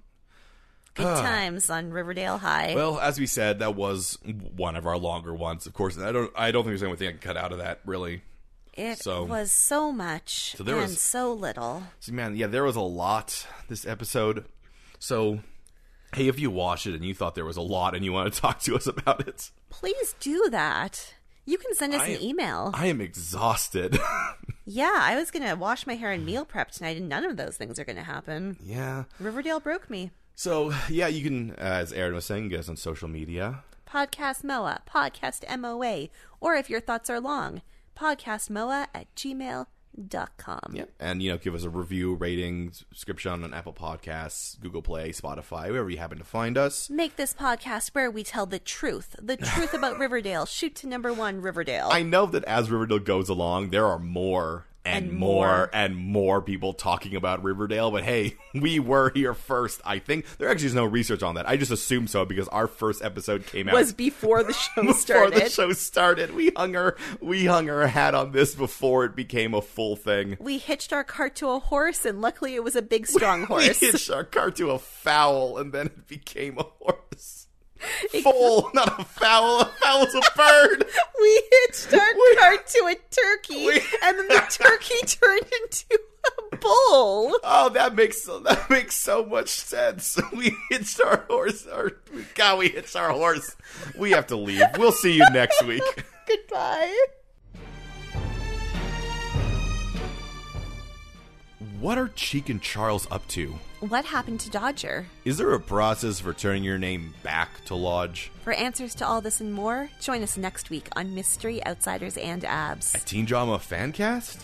good times on Riverdale (laughs) High. Well, as we said, that was one of our longer ones, of course. And I don't I don't think there's anything I can cut out of that really. it so- was so much there and was- so little. So, man, yeah, there was a lot this episode. So, hey, if you watched it and you thought there was a lot and you want to talk to us about it, (laughs) Please do that. You can send us I- an email. I am exhausted. (laughs) Yeah, I was gonna wash my hair and meal prep tonight, and none of those things are gonna happen. yeah. Riverdale broke me. So, yeah, you can, uh, as Aaron was saying, get us on social media. Podcast MOA, podcast MOA, or if your thoughts are long, podcast MOA at gmail.com. Yeah. And, you know, give us a review, rating, subscription on Apple Podcasts, Google Play, Spotify, wherever you happen to find us. Make this podcast where we tell the truth, the truth about Riverdale. Shoot to number one, Riverdale. I know that as Riverdale goes along, there are more and, And more, more. and more people talking about Riverdale. But hey, (laughs) we were here first. I think there actually is no research on that. I just assumed so because our first episode came out was before the show (laughs) before started. the show started. We hung her, we hung her hat on this before it became a full thing. We hitched our cart to a horse, and luckily it was a big, strong We horse. hitched our car to a fowl, and then it became a horse. Foal, not a fowl. A fowl's a bird. (laughs) we hitched our cart to a turkey, we- and (laughs) then the turkey turned into a bull. Oh, that makes so that makes so much sense. (laughs) We hitched our horse. Our God, we hitched our horse. We have to leave. We'll see you next week. Goodbye. What are Cheek and Charles up to? What happened to Dodger? Is there a process for turning your name back to Lodge For answers to all this and more, join us next week on Mystery Outsiders and Abs. Teen Drama Fancast?